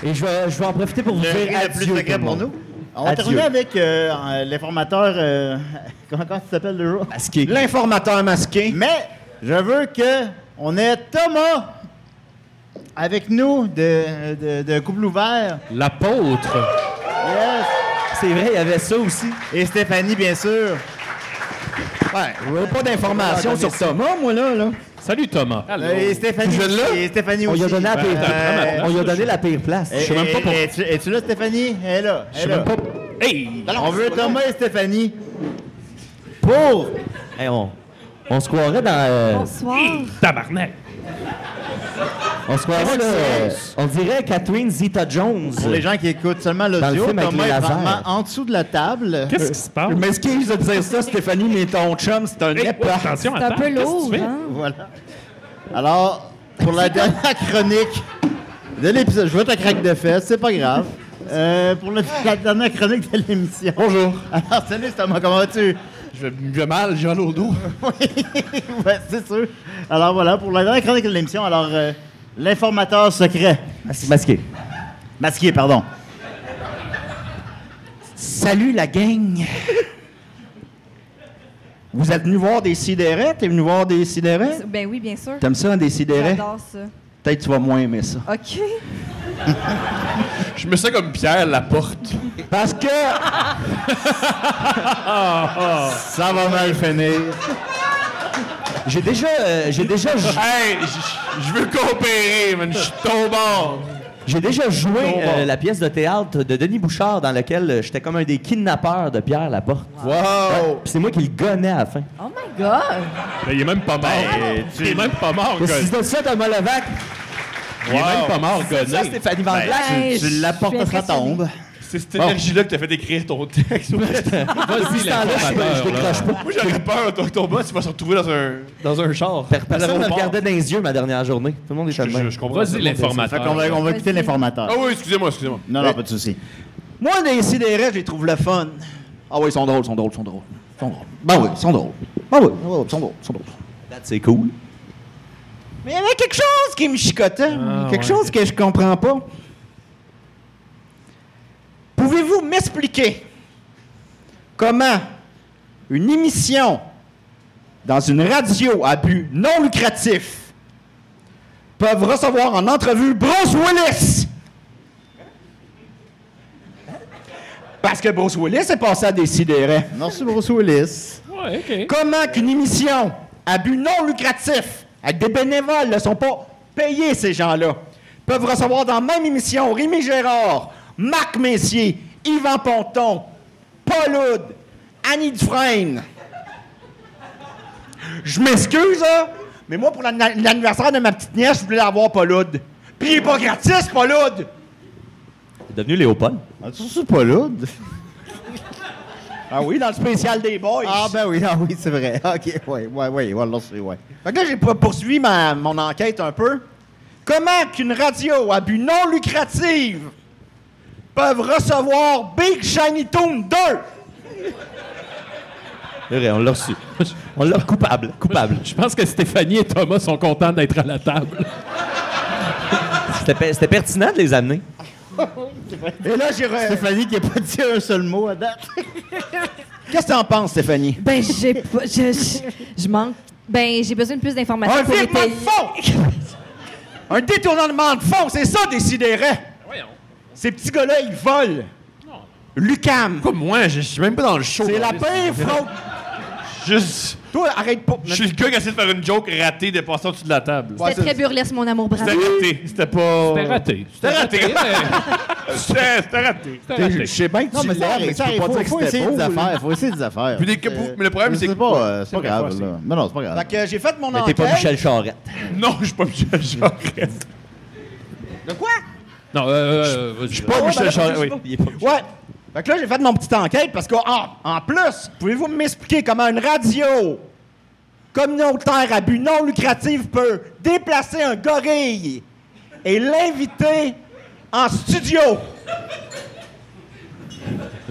Speaker 3: Et je vais, je vais en profiter pour vous
Speaker 2: le
Speaker 3: dire
Speaker 2: rire le
Speaker 3: adieu,
Speaker 2: plus
Speaker 3: tout
Speaker 2: secret
Speaker 3: le
Speaker 2: pour
Speaker 3: monde.
Speaker 2: nous. On va
Speaker 3: Adieu.
Speaker 2: terminer avec euh, euh, l'informateur. euh, (laughs) comment comment il s'appelle le jour?
Speaker 3: Masqué.
Speaker 4: L'informateur masqué.
Speaker 2: Mais je veux que on ait Thomas avec nous de, de, de Couple Ouvert.
Speaker 1: L'apôtre.
Speaker 2: Yes.
Speaker 3: C'est vrai, il y avait ça aussi.
Speaker 2: Et Stéphanie, bien sûr.
Speaker 4: Ouais, ouais, pas d'informations sur Thomas, moi, là. là.
Speaker 1: Salut, Thomas.
Speaker 2: Et Stéphanie,
Speaker 4: Je l'ai.
Speaker 2: et Stéphanie
Speaker 3: On
Speaker 2: aussi.
Speaker 3: lui a donné la
Speaker 2: Ben,
Speaker 3: pire
Speaker 1: t'apprends ma
Speaker 3: place.
Speaker 1: place,
Speaker 3: On lui a
Speaker 1: là,
Speaker 3: donné
Speaker 1: je-
Speaker 3: la pire place.
Speaker 2: Et-
Speaker 1: sais même pas
Speaker 2: et-
Speaker 1: pour-
Speaker 2: Es-tu es-tu là, Stéphanie? Elle est là.
Speaker 1: Je sais
Speaker 2: elle
Speaker 1: même
Speaker 2: est là.
Speaker 1: pas... Hey!
Speaker 2: On veut Thomas et Stéphanie pour
Speaker 3: Hey, on, on se croirait dans. euh,
Speaker 6: Bonsoir.
Speaker 1: Tabarnak!
Speaker 3: on se croirait là. euh, on dirait Catherine Zeta Jones.
Speaker 2: Pour les gens qui écoutent seulement
Speaker 4: Ben,
Speaker 3: Dans le
Speaker 2: l'audio,
Speaker 3: film avec
Speaker 2: Thomas
Speaker 3: les
Speaker 2: est
Speaker 3: lasers.
Speaker 2: vraiment en dessous de la table.
Speaker 1: Qu'est-ce qui se passe?
Speaker 4: Je m'excuse de dire ça, Stéphanie, mais ton chum, c'est un
Speaker 1: Hey,
Speaker 4: épais.
Speaker 1: ouais, attention,
Speaker 6: C'est un
Speaker 1: attends,
Speaker 6: peu
Speaker 1: qu'est-ce que tu
Speaker 6: lourd,
Speaker 1: fais?
Speaker 6: hein?
Speaker 2: Voilà. Alors, pour la dernière chronique de l'épisode, je vois ta craque de fesse, c'est pas grave. Euh, pour le- la dernière chronique de l'émission.
Speaker 4: Bonjour.
Speaker 2: Alors, salut Thomas, comment vas-tu?
Speaker 4: Je vais mal, j'ai mal
Speaker 2: (laughs)
Speaker 4: au dos.
Speaker 2: ouais, c'est sûr. Alors voilà, pour la dernière chronique de l'émission, alors euh, l'informateur secret,
Speaker 3: Mas- Ah, Masqué.
Speaker 2: masqué, pardon.
Speaker 4: Salut la gang! (laughs) Vous êtes venu voir des sidérés? T'es venu voir des sidérés?
Speaker 6: Ben oui, bien sûr.
Speaker 4: T'aimes ça, un des sidérés?
Speaker 6: J'adore ça.
Speaker 4: Peut-être que tu vas moins aimer ça.
Speaker 6: OK.
Speaker 7: Je me sens comme Pierre Laporte.
Speaker 4: Parce (laughs) que.
Speaker 2: (laughs) Ça va mal finir.
Speaker 3: J'ai déjà. euh, j'ai déjà. jou-
Speaker 7: Hey, je- je veux coopérer, man. Je suis tombant.
Speaker 3: J'ai déjà joué euh, la pièce de théâtre de Denis Bouchard dans laquelle euh, j'étais comme un des kidnappeurs de Pierre Laporte.
Speaker 4: Wow!
Speaker 3: Puis c'est moi qui le gonnais à la fin.
Speaker 6: Oh my God.
Speaker 1: Ben, il est même pas mort. Ben, il est même pas mort,
Speaker 3: Qu'est-ce que
Speaker 1: Gonnet.
Speaker 3: c'est ça, Thomas Levac?
Speaker 1: Il est même Ah, pas mort,
Speaker 3: Ça,
Speaker 1: Gonnet.
Speaker 3: Stéphanie Van Black.
Speaker 6: Ben,
Speaker 2: Tu
Speaker 6: je
Speaker 2: l'apportes
Speaker 6: suis
Speaker 2: à sa
Speaker 6: impressionnée.
Speaker 2: tombe.
Speaker 7: C'est cette énergie-là que t'as fait écrire ton texte. Moi,
Speaker 1: Vas-y,
Speaker 3: Depuis ce temps-là, je- je
Speaker 1: l'informateur, là.
Speaker 3: décroche pas.
Speaker 7: j'aurais peur, toi, que ton boss, tu vas se retrouver dans un, dans un char.
Speaker 3: Personne ne me
Speaker 7: l'aéroport.
Speaker 3: regardait dans les yeux ma dernière journée. Tout le monde est
Speaker 7: Je,
Speaker 3: jamais.
Speaker 7: je comprends.
Speaker 1: Vas-y,
Speaker 2: Fait qu'on va,
Speaker 1: l'informateur.
Speaker 2: on va quitter l'informateur.
Speaker 7: Ah oui, excusez-moi, excusez-moi.
Speaker 2: Non,
Speaker 4: Eh.
Speaker 2: non, pas de souci.
Speaker 4: Moi, des sidérés, je les trouve le fun. Ah oui, ils sont drôles, ils sont drôles, ils sont drôles. Ils sont drôles. Ben oui, ils sont drôles. Ben oui, ils sont drôles, ils sont drôles. ils sont drôles.
Speaker 3: C'est cool.
Speaker 4: Mais il y avait quelque chose qui me chicotait, quelque chose que je comprends pas. Pouvez-vous m'expliquer comment une émission dans une radio à but non lucratif peuvent recevoir en entrevue Bruce Willis? Parce que Bruce Willis est passé à décider.
Speaker 2: Merci, Bruce Willis.
Speaker 1: Ouais, OK.
Speaker 4: Comment qu'une émission à but non lucratif, avec des bénévoles, ne sont pas payés, ces gens-là, peuvent recevoir dans la même émission Rémi Gérard, Marc Messier, Yvan Ponton, Paul Hood, Annie Dufresne. Je m'excuse, hein, mais moi, pour l'anna- l'anniversaire de ma petite nièce, je voulais avoir Paul Hood. Puis il est pas gratis, Paul Hood!
Speaker 3: C'est devenu Léopold.
Speaker 2: Ah, tu sais pas lourde?
Speaker 4: Ah oui, dans le spécial des boys.
Speaker 2: Ah ben oui, ah oui, c'est vrai. OK, ouais, ouais, ouais, ouais, là, c'est ouais.
Speaker 4: Fait que là, j'ai pas poursuivi ma, mon enquête un peu. Comment qu'une radio à but non lucratif peuvent recevoir Big Shiny Toon 2?
Speaker 3: C'est vrai, on l'a reçu. On l'a coupable. Coupable.
Speaker 1: Je pense que Stéphanie et Thomas sont contents d'être à la
Speaker 7: (laughs)
Speaker 1: table.
Speaker 3: C'était pe- c'était pertinent de les amener.
Speaker 4: Et là, j'ai... re-
Speaker 2: Stéphanie qui a pas dit un seul mot à date.
Speaker 4: Qu'est-ce que t'en penses, Stéphanie?
Speaker 6: Ben, j'ai pas. Je, je- je manque. Ben, j'ai besoin de plus d'informations.
Speaker 4: Un
Speaker 6: pour
Speaker 4: virement de
Speaker 6: étayer.
Speaker 4: fond! Un détournement de fond, c'est ça, décidérait! Ces petits gars-là, ils volent! Lucam!
Speaker 7: Comme moi, je je suis même pas dans le show.
Speaker 4: C'est la
Speaker 7: Chris.
Speaker 4: pire fraude!
Speaker 7: Juste.
Speaker 4: Toi, arrête pas.
Speaker 7: Je suis le gars qui essaie de faire une joke ratée de passer en dessous de la table.
Speaker 4: Ouais,
Speaker 6: C'était
Speaker 4: c'est-
Speaker 6: très burlesque, mon amour, bravo.
Speaker 7: C'était raté. C'était pas.
Speaker 1: C'était raté. C'était
Speaker 7: raté.
Speaker 1: mais
Speaker 7: (laughs) C'était c'était raté.
Speaker 1: c'était raté.
Speaker 8: sais bien que
Speaker 2: Non, mais ça,
Speaker 8: mais
Speaker 2: arrive, ça arrive. Faut, faut essayer des affaires. Faut essayer des affaires.
Speaker 7: Puis des capous- mais le problème,
Speaker 2: je
Speaker 7: c'est
Speaker 2: sais
Speaker 7: que-
Speaker 2: pas, euh, c'est
Speaker 7: c'est
Speaker 2: pas
Speaker 7: vrai, faut
Speaker 2: grave.
Speaker 7: essayer.
Speaker 2: Là. Mais non, c'est pas grave.
Speaker 4: Fait que euh, j'ai fait mon
Speaker 3: Mais t'es
Speaker 4: enquête.
Speaker 3: pas Michel Charette.
Speaker 7: Non, je suis pas Michel Charette.
Speaker 1: Non, euh, euh, vas-y.
Speaker 7: Pas Michel Charette, oui.
Speaker 3: oui.
Speaker 4: Ouais. Fait que là, j'ai fait mon petite enquête parce qu'en en plus, pouvez-vous m'expliquer comment une radio communautaire à but non lucratif peut déplacer un gorille et l'inviter en studio?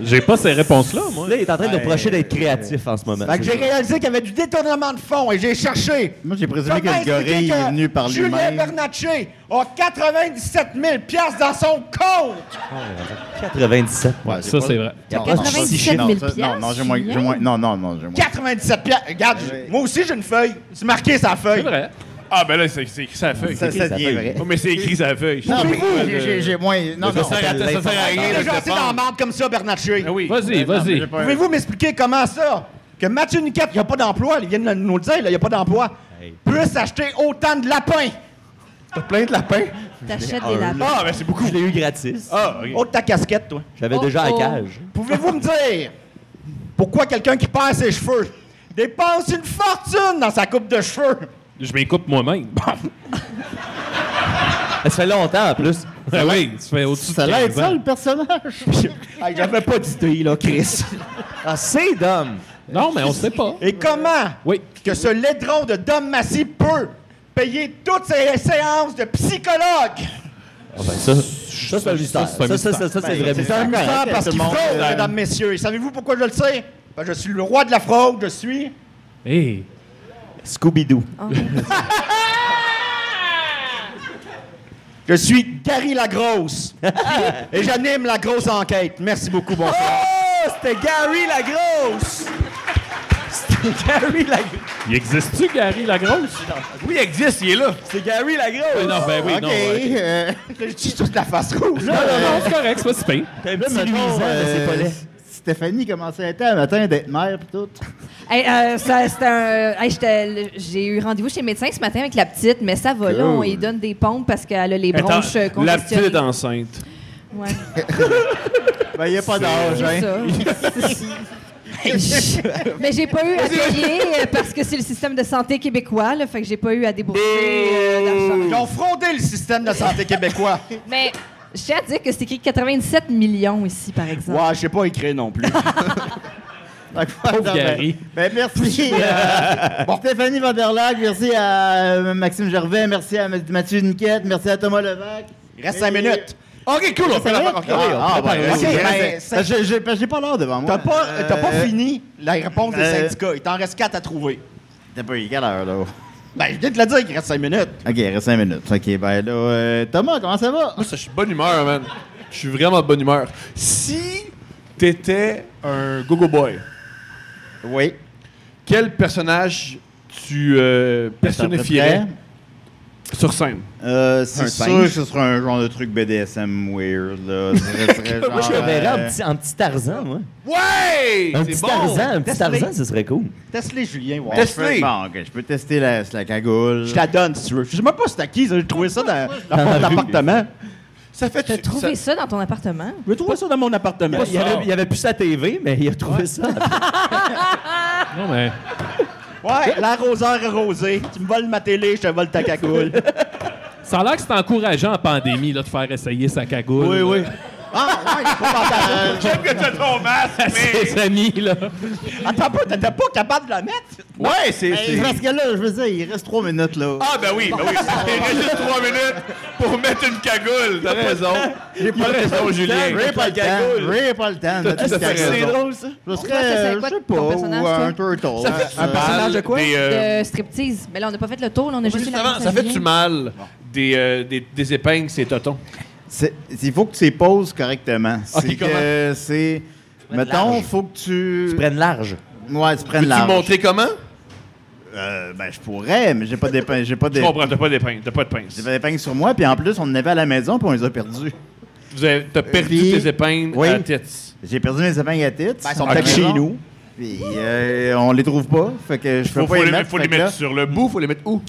Speaker 1: J'ai pas ces réponses-là, moi.
Speaker 3: Là, il est en train de reprocher d'être créatif en ce moment.
Speaker 4: Fait que j'ai réalisé qu'il y avait du détournement de fonds et j'ai cherché.
Speaker 2: Moi, j'ai présumé
Speaker 4: Comment
Speaker 2: que le
Speaker 4: expliquer
Speaker 2: gorille est
Speaker 4: que
Speaker 2: venu par
Speaker 4: Julien
Speaker 2: lui-même.
Speaker 4: Bernatchez a 97 000 piastres dans son compte!
Speaker 3: 97.
Speaker 2: Ouais,
Speaker 1: Ça,
Speaker 2: pas-
Speaker 1: c'est vrai.
Speaker 3: Il y a
Speaker 2: Non,
Speaker 3: pas de
Speaker 2: non, ça,
Speaker 6: 97 000
Speaker 2: non, ça, Non, non, j'ai moins.
Speaker 6: piastres,
Speaker 2: j'ai moins- Non, non, non, j'ai moins.
Speaker 4: 97 piastres! Regarde, moi aussi j'ai une feuille. C'est marqué sa
Speaker 1: C'est
Speaker 4: feuille.
Speaker 1: vrai.
Speaker 7: Ah, ben là, c'est c'est écrit sur la feuille.
Speaker 2: Ça, ça
Speaker 3: ça
Speaker 2: devient
Speaker 3: fait-
Speaker 2: vrai.
Speaker 7: Oh, mais c'est écrit sur la feuille.
Speaker 2: Non, mais
Speaker 7: Pas de-
Speaker 2: j'ai- j'ai- j'ai moins. Non, non,
Speaker 7: Ça sert à- ça sert à rien.
Speaker 4: J'ai
Speaker 7: de
Speaker 4: déjà
Speaker 7: te
Speaker 4: assez dans la
Speaker 7: prendre.
Speaker 4: marde comme ça, Bernatchez.
Speaker 2: Ben
Speaker 7: Ah oui.
Speaker 1: Vas-y, vas-y.
Speaker 4: Pouvez-vous m'expliquer comment ça? Que Mathieu Niquette, il n'y a pas d'emploi, il vient de nous le dire, là, il n'y a pas d'emploi, puisse acheter autant de lapins.
Speaker 8: T'as plein de lapins.
Speaker 6: T'achètes des lapins.
Speaker 7: Ah, ben c'est beaucoup.
Speaker 3: Je l'ai eu gratis.
Speaker 7: Ah, ok.
Speaker 4: Autre ta casquette, toi.
Speaker 3: J'avais
Speaker 6: Oh,
Speaker 3: déjà à
Speaker 6: oh.
Speaker 3: cage.
Speaker 4: Pouvez-vous me dire pourquoi quelqu'un qui perd ses cheveux dépense une fortune dans sa coupe de cheveux?
Speaker 1: Je m'écoute moi-même.
Speaker 3: Ça fait longtemps en plus.
Speaker 1: Ah oui, ça fait au-dessus de
Speaker 2: Ça l'aide
Speaker 1: 15 ans.
Speaker 2: ça, le personnage.
Speaker 4: Hey, J'avais pas d'idée, là, Chris.
Speaker 3: (laughs) Ah, c'est d'homme.
Speaker 1: Non, mais on sait pas.
Speaker 4: Et comment
Speaker 1: Oui.
Speaker 4: que ce laidron de Dom Massy peut payer toutes ses séances de psychologue?
Speaker 3: ça, ça c'est un mystère.
Speaker 1: ça, c'est un
Speaker 3: Ça, ça, ça, ça, c'est vrai.
Speaker 4: C'est un
Speaker 3: mystère.
Speaker 4: mystère parce qu'il
Speaker 2: monde
Speaker 4: fraude, mesdames, messieurs. Et savez-vous pourquoi je le sais? Parce que je suis le roi de la fraude, je suis...
Speaker 1: Hey.
Speaker 3: Scooby-Doo.
Speaker 4: Je suis Gary (laughs) Lagrosse. et j'anime la grosse enquête. Merci beaucoup, bonsoir.
Speaker 3: Oh, c'était Gary la grosse. C'était Gary la
Speaker 1: Il existe-tu, Gary la grosse?
Speaker 7: Oui, il existe, il est là.
Speaker 3: C'est Gary la grosse.
Speaker 1: non, ben oui,
Speaker 2: OK.
Speaker 1: non. ouais.
Speaker 2: euh,
Speaker 4: (laughs) Je suis toute la face rouge.
Speaker 1: Non, non, non, c'est correct, c'est pas si pire.
Speaker 3: T'as un petit
Speaker 2: mettons,
Speaker 3: luisant, mais
Speaker 2: euh,
Speaker 3: c'est pas laid.
Speaker 2: Stéphanie commençait à être un matin d'être mère pis tout.
Speaker 6: Hey, euh, ça, c'était un- hey, j'étais- le- J'ai eu rendez-vous chez le médecin ce matin avec la petite, mais ça va là, on lui donne des pompes parce qu'elle a les bronches euh,
Speaker 7: la petite
Speaker 6: congestionnées.
Speaker 7: est enceinte.
Speaker 6: Ouais, (laughs)
Speaker 2: Ben, il n'y a pas d'âge,
Speaker 6: c'est
Speaker 2: hein.
Speaker 6: ça. Je- mais j'ai pas eu
Speaker 4: (laughs)
Speaker 6: à payer euh, parce que c'est le système de santé québécois, là, fait que j'ai pas eu à débourser euh,
Speaker 4: Ils
Speaker 6: d'argent.
Speaker 4: ont frondé le système de santé québécois.
Speaker 6: Mais je tiens à dire que c'est écrit 87 millions ici, par exemple.
Speaker 4: (laughs) Ouais, je sais pas écrire non plus.
Speaker 2: Fait que, ouais, non,
Speaker 1: Gary.
Speaker 2: Ben, ben, merci. euh, bon, Stéphanie Vanderlag, merci à euh, Maxime Gervais, merci à M- Mathieu Niquette, merci à Thomas Levac.
Speaker 4: Il reste cinq minutes.
Speaker 7: Ok, cool, on fait la
Speaker 2: Ah, ah, ben,
Speaker 4: Ok,
Speaker 2: oui,
Speaker 4: ben,
Speaker 2: ben,
Speaker 4: c'est-
Speaker 2: ben, j'ai- j'ai- ben, J'ai pas l'heure devant moi.
Speaker 4: T'as pas, euh, t'as pas
Speaker 2: Euh,
Speaker 4: fini la réponse des
Speaker 2: euh,
Speaker 4: syndicats. Il t'en reste quatre à trouver.
Speaker 2: T'as pas eu quelle heure, là?
Speaker 4: Ben, je viens de te le dire qu'il reste cinq minutes.
Speaker 2: OK, il reste 5 minutes. OK, ben là, euh, Thomas, comment ça va?
Speaker 7: Moi, ça, je suis de bonne humeur, man. Je suis vraiment de bonne humeur. Si t'étais un gogo boy,
Speaker 2: Oui.
Speaker 7: quel personnage tu euh,
Speaker 2: hein?
Speaker 7: personnifierais sur scène?
Speaker 2: Euh, c'est
Speaker 4: Un
Speaker 2: sûr
Speaker 4: singe.
Speaker 2: que ce serait un genre de truc BDSM weird, là. Ce serait genre,
Speaker 3: Moi, je le verrais en
Speaker 2: euh,
Speaker 3: petit- en petit Tarzan, moi.
Speaker 7: Ouais!
Speaker 3: Un
Speaker 7: C'est
Speaker 3: petit
Speaker 7: bon!
Speaker 3: Tarzan, un petit
Speaker 4: Teste-les.
Speaker 3: Tarzan, ce serait cool.
Speaker 4: Teste-les, Julien. ouais.
Speaker 2: on
Speaker 7: Teste-les.
Speaker 2: peut- Bon, OK, je peux tester la, la cagoule.
Speaker 4: Je te la donne si tu veux. Je sais même pas si t'as qui. ça. J'ai trouvé ça dans,
Speaker 7: (laughs)
Speaker 3: Dans
Speaker 4: dans
Speaker 3: la
Speaker 4: mon
Speaker 3: rue.
Speaker 4: appartement.
Speaker 7: Ça fait...
Speaker 6: T'as trouvé ça... dans ton appartement?
Speaker 4: J'ai trouvé ça dans mon appartement.
Speaker 3: Il y, avait, il y avait plus sa TV, mais il a trouvé ça.
Speaker 1: Non, mais.
Speaker 4: Ouais, l'arroseur arrosé. Tu me voles ma télé, je te vole ta cagoule.
Speaker 1: Ça a l'air que c'est encourageant en pandémie là, de faire essayer sa cagoule.
Speaker 4: Oui, oui.
Speaker 2: Ah, Euh,
Speaker 7: J'aime que t'as ton masque,
Speaker 1: À
Speaker 7: mais...
Speaker 1: ses amis, là.
Speaker 4: Attends pas, t'étais pas capable de la mettre?
Speaker 7: Ouais, c'est...
Speaker 2: Hey,
Speaker 7: c'est-
Speaker 2: Parce que là, je veux dire, il reste 3 minutes, là.
Speaker 7: Ah, ben oui, ben oui. Il reste juste trois minutes pour mettre une cagoule. T'as raison. J'ai pas raison, Julien.
Speaker 2: Ray pas le temps. Ray pas le temps. de
Speaker 7: tout
Speaker 2: tout
Speaker 7: à fait
Speaker 2: faire.
Speaker 7: raison.
Speaker 3: drôle, ça.
Speaker 2: Je
Speaker 6: Ouais, ça,
Speaker 2: serais,
Speaker 6: c'est
Speaker 2: euh,
Speaker 6: quoi
Speaker 2: je sais
Speaker 6: ton
Speaker 2: pas, ou
Speaker 6: personnage,
Speaker 2: un turtle. Un- un-
Speaker 7: Mal
Speaker 4: de quoi?
Speaker 7: des, euh,
Speaker 6: De striptease. Mais là, on n'a pas fait le tour, là, on a
Speaker 7: Moi,
Speaker 6: juste fait la
Speaker 7: justement,
Speaker 6: réponse
Speaker 7: ça
Speaker 6: à
Speaker 7: fait
Speaker 6: Julien.
Speaker 7: du mal. Des, euh, des, des épingles, c'est toton.
Speaker 2: C'est- Il faut que tu les poses correctement.
Speaker 7: Ok,
Speaker 2: C'est
Speaker 7: comment?
Speaker 2: que c'est...
Speaker 3: prennes
Speaker 2: Mettons,
Speaker 3: large.
Speaker 2: faut que tu...
Speaker 3: Ils prennent large.
Speaker 2: Ouais, tu prennes
Speaker 7: Peux-tu me
Speaker 2: large.
Speaker 7: montrer comment?
Speaker 2: Euh, ben, je pourrais, mais j'ai pas d'épingle. J'ai pas
Speaker 7: Je
Speaker 2: d'é-
Speaker 7: comprends, t'as pas d'épingles, t'as pas de pince.
Speaker 2: j'ai pas d'épingle sur moi, puis en plus, on en avait à la maison, puis on les a perdus.
Speaker 7: Vous avez- T'as perdu
Speaker 2: Puis-
Speaker 7: tes épingles
Speaker 2: Oui.
Speaker 7: à la tête.
Speaker 2: J'ai perdu mes épingles à titre.
Speaker 3: Ben,
Speaker 4: Ils sont peut-être chez nous.
Speaker 2: Puis, euh, on les trouve pas. Fait que je peux
Speaker 7: Faut, faut
Speaker 2: pas les
Speaker 7: les mettre,
Speaker 2: mettre.
Speaker 7: faut les
Speaker 2: fait que
Speaker 7: mettre
Speaker 2: là-
Speaker 7: sur le bout, faut les mettre où?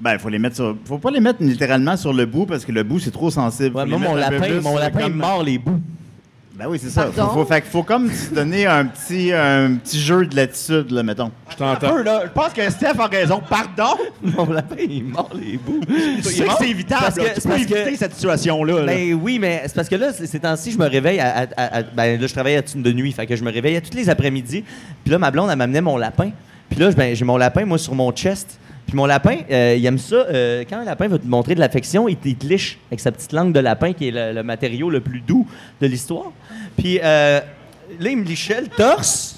Speaker 2: Ben, faut les mettre sur. Faut pas les mettre littéralement sur le bout parce que le bout, c'est trop sensible.
Speaker 3: Ouais,
Speaker 2: Faut
Speaker 3: moi,
Speaker 2: les
Speaker 3: mon
Speaker 2: mettre un peu
Speaker 3: lapin,
Speaker 2: plus euh,
Speaker 3: mon lapin il
Speaker 2: comme-
Speaker 3: mord les bouts.
Speaker 2: Ben oui, c'est ça. Faut,
Speaker 6: Pardon?
Speaker 2: faut, fait que faut comme se donner un petit, un petit jeu de latitude, là, mettons.
Speaker 1: Je
Speaker 4: Un
Speaker 1: t'entends.
Speaker 4: peu, là. Je pense que Steph a raison. Pardon.
Speaker 3: (laughs) Mon lapin, il mord les bouts.
Speaker 4: Je sais que c'est évitable.
Speaker 3: Parce
Speaker 4: là.
Speaker 3: que-
Speaker 4: tu peux
Speaker 3: parce que-
Speaker 4: éviter cette situation-là. là.
Speaker 3: Ben oui, mais c'est parce que là, c- ces temps-ci, je me réveille à, à- à- à- ben là, je travaille à de nuit, fait que je me réveille à tous les après-midi. Puis là, ma blonde, elle m'amenait mon lapin. Puis là, ben, j'ai mon lapin, moi, sur mon chest. Puis mon lapin, euh, il aime ça. euh, quand un lapin veut te montrer de l'affection, il, t- il te liche avec sa petite langue de lapin, qui est le, le matériau le plus doux de l'histoire. Puis euh, là, il me lichait le torse.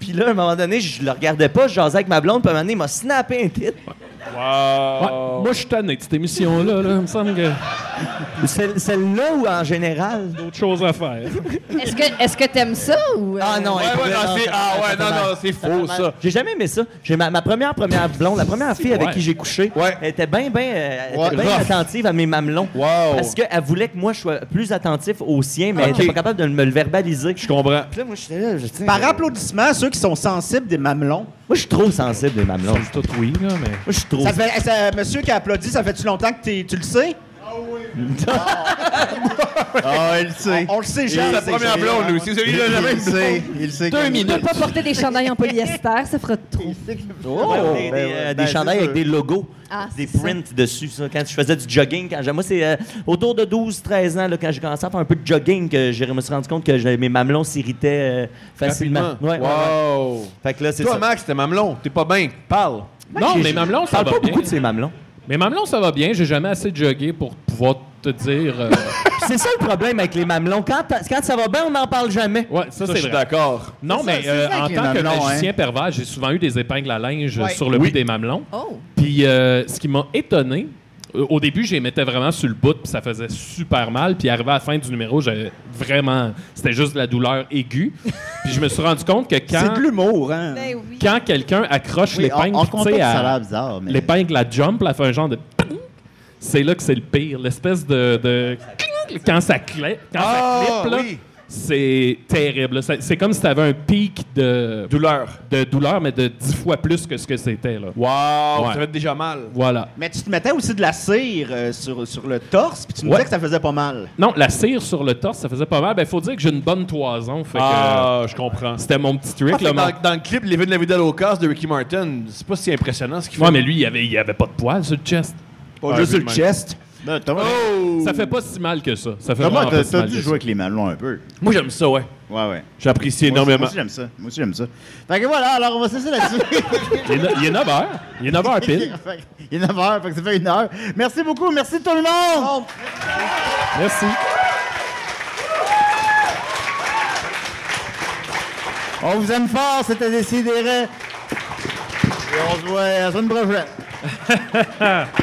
Speaker 3: Puis là, à un moment donné, je le regardais pas, je jasais avec ma blonde, puis à un moment donné, il m'a snappé un titre.
Speaker 1: Ouais,
Speaker 7: Wow!
Speaker 1: Moi, je suis tanné de cette émission-là. Là. Il me semble que
Speaker 3: Celle- Celle-là ou en général?
Speaker 1: d'autres choses à faire.
Speaker 6: Est-ce que est-ce que t'aimes ça ou euh,
Speaker 3: Ah non,
Speaker 7: Ouais,
Speaker 3: elle
Speaker 7: ouais,
Speaker 3: pouvait-
Speaker 7: non, c'est,
Speaker 3: ça-
Speaker 7: ah
Speaker 3: ça-
Speaker 7: ouais,
Speaker 3: ça-
Speaker 7: non,
Speaker 3: ça-
Speaker 7: non, c'est faux, ça.
Speaker 3: J'ai jamais aimé ça. J'ai ma, ma première première blonde, la première fille avec
Speaker 1: ouais.
Speaker 3: qui j'ai couché,
Speaker 7: Ouais.
Speaker 3: elle était bien bien euh, elle
Speaker 2: Ouais,
Speaker 3: était bien
Speaker 7: rough.
Speaker 3: attentive à mes mamelons.
Speaker 7: Wow.
Speaker 3: Parce qu'elle voulait que moi je sois plus attentif aux siens, mais elle était pas capable de me le verbaliser.
Speaker 1: Je comprends.
Speaker 3: Puis là, moi, j'étais là, je- tu sais,
Speaker 4: Par
Speaker 3: euh,
Speaker 4: applaudissement, ceux qui sont sensibles des mamelons.
Speaker 3: moi, je suis trop sensible des mamelons. Moi,
Speaker 1: Tout oui, là, mais...
Speaker 3: je suis trop.
Speaker 4: Ça fait, ça- monsieur qui a applaudi, ça fait-tu longtemps que t'es- tu le sais?
Speaker 2: Ah, il le sait.
Speaker 4: On le sait
Speaker 7: C'est
Speaker 4: jamais.
Speaker 7: la première blonde, lui aussi. Celui-là,
Speaker 2: il,
Speaker 7: jamais.
Speaker 2: le sait. Il le sait. Deux
Speaker 6: ne pas porter des chandails en polyester, ça frotte trop.
Speaker 3: Ouais,
Speaker 2: Oh,
Speaker 3: des, des,
Speaker 2: ben ouais,
Speaker 3: euh,
Speaker 2: ben,
Speaker 3: des
Speaker 2: c'est
Speaker 3: chandails avec
Speaker 2: sûr.
Speaker 3: des logos,
Speaker 6: Ah,
Speaker 3: des
Speaker 6: c'est ça.
Speaker 3: prints dessus. ça, quand je faisais du jogging, quand j'ai- moi, c'est euh, autour de 12-13 ans, là, quand j'ai commencé à faire un peu de jogging, que je me suis rendu compte que j'avais- mes mamelons s'irritaient euh, facilement.
Speaker 7: Rapidement.
Speaker 3: Ouais, ouais, ouais.
Speaker 7: wow!
Speaker 3: Fait que là, c'est
Speaker 7: Toi,
Speaker 3: ça.
Speaker 7: Max, t'es mamelon. T'es pas bien. Parle.
Speaker 1: Non, mais mamelon, ça
Speaker 3: parle
Speaker 1: va
Speaker 3: pas
Speaker 1: bien.
Speaker 3: beaucoup de ces mamelons.
Speaker 1: Mais mamelon, ça va bien. J'ai jamais assez jogué pour pouvoir te dire...
Speaker 7: (laughs)
Speaker 1: euh,
Speaker 3: Puis c'est ça le problème avec les mamelons. Quand, t'as- quand ça va bien, on n'en parle jamais.
Speaker 1: Ouais, ça,
Speaker 7: Ça, je
Speaker 1: c'est
Speaker 7: suis
Speaker 1: vrai.
Speaker 7: d'accord.
Speaker 1: Non, mais
Speaker 2: c'est
Speaker 1: euh,
Speaker 2: ça
Speaker 1: en
Speaker 2: que les
Speaker 1: tant que
Speaker 2: mamelons,
Speaker 1: magicien pervers, j'ai souvent eu des épingles à linge
Speaker 4: Ouais.
Speaker 1: sur le bout des mamelons.
Speaker 6: Oh,
Speaker 1: Puis euh, ce qui m'a étonné, euh, au début, je les mettais vraiment sur le bout, puis ça faisait super mal. Puis arrivé à la fin du numéro, j'avais vraiment. C'était juste de la douleur aiguë. puis je me suis rendu compte que
Speaker 4: C'est
Speaker 1: quand,
Speaker 4: de l'humour, hein?
Speaker 6: ben oui.
Speaker 1: quand quelqu'un accroche
Speaker 2: Oui, en,
Speaker 1: l'épingle,
Speaker 2: en
Speaker 1: tu sais,
Speaker 2: contexte, ça a
Speaker 1: à-
Speaker 2: l'air bizarre, mais...
Speaker 1: l'épingle à jump, elle fait un genre de. (laughs) ping. C'est là que c'est le pire. L'espèce de. de- (laughs) Quand ça, cla- quand ça
Speaker 7: Ah,
Speaker 1: clip, là,
Speaker 7: oui.
Speaker 1: c'est terrible. là. C'est c'est comme si tu avais un pic de,
Speaker 7: Douleur.
Speaker 1: de douleur, mais de 10 fois plus que ce que c'était. là.
Speaker 7: Wow!
Speaker 1: Ouais.
Speaker 7: Ça fait déjà mal.
Speaker 1: Voilà.
Speaker 4: Mais tu te mettais aussi de la cire euh, sur, sur le torse, puis tu me
Speaker 1: Ouais.
Speaker 4: disais que ça faisait pas mal.
Speaker 1: Non, la cire sur le torse, ça faisait pas mal. Ben, faut dire que j'ai une bonne toison. Fait que
Speaker 7: Ah, je comprends.
Speaker 1: c'était mon petit
Speaker 7: Ah,
Speaker 1: trick.
Speaker 7: fait
Speaker 1: là,
Speaker 7: que
Speaker 1: mon-
Speaker 7: dans, dans le clip, les vues de la vidéo au casse de Ricky Martin, c'est pas si impressionnant ce qu'il fait.
Speaker 1: Ouais, mais lui, il avait, il avait pas de poils sur le chest.
Speaker 4: Pas
Speaker 7: Ouais,
Speaker 4: juste sur le
Speaker 7: même.
Speaker 4: chest.
Speaker 2: Ben, Thomas,
Speaker 7: Oh!
Speaker 1: Ça fait pas si mal que ça. Ça fait
Speaker 2: Thomas,
Speaker 1: vraiment
Speaker 2: t'as
Speaker 1: pas si
Speaker 2: t'as
Speaker 1: mal
Speaker 2: dû
Speaker 1: que
Speaker 2: jouer avec les mamelons un peu.
Speaker 7: Moi, j'aime ça, ouais.
Speaker 2: Ouais, ouais.
Speaker 7: J'apprécie
Speaker 2: Moi aussi-
Speaker 7: énormément.
Speaker 2: Moi aussi, j'aime ça. Moi aussi, j'aime ça. Fait que voilà, alors on va se laisser là-dessus.
Speaker 1: ça. Il est no- Il est 9h. Il est 9h pile.
Speaker 2: (laughs) Fait que- Il est 9h, fait que ça fait une heure. Merci beaucoup, merci tout le monde!
Speaker 1: Merci.
Speaker 2: On vous aime fort, c'était Décideret. Et on se voit à la semaine prochaine.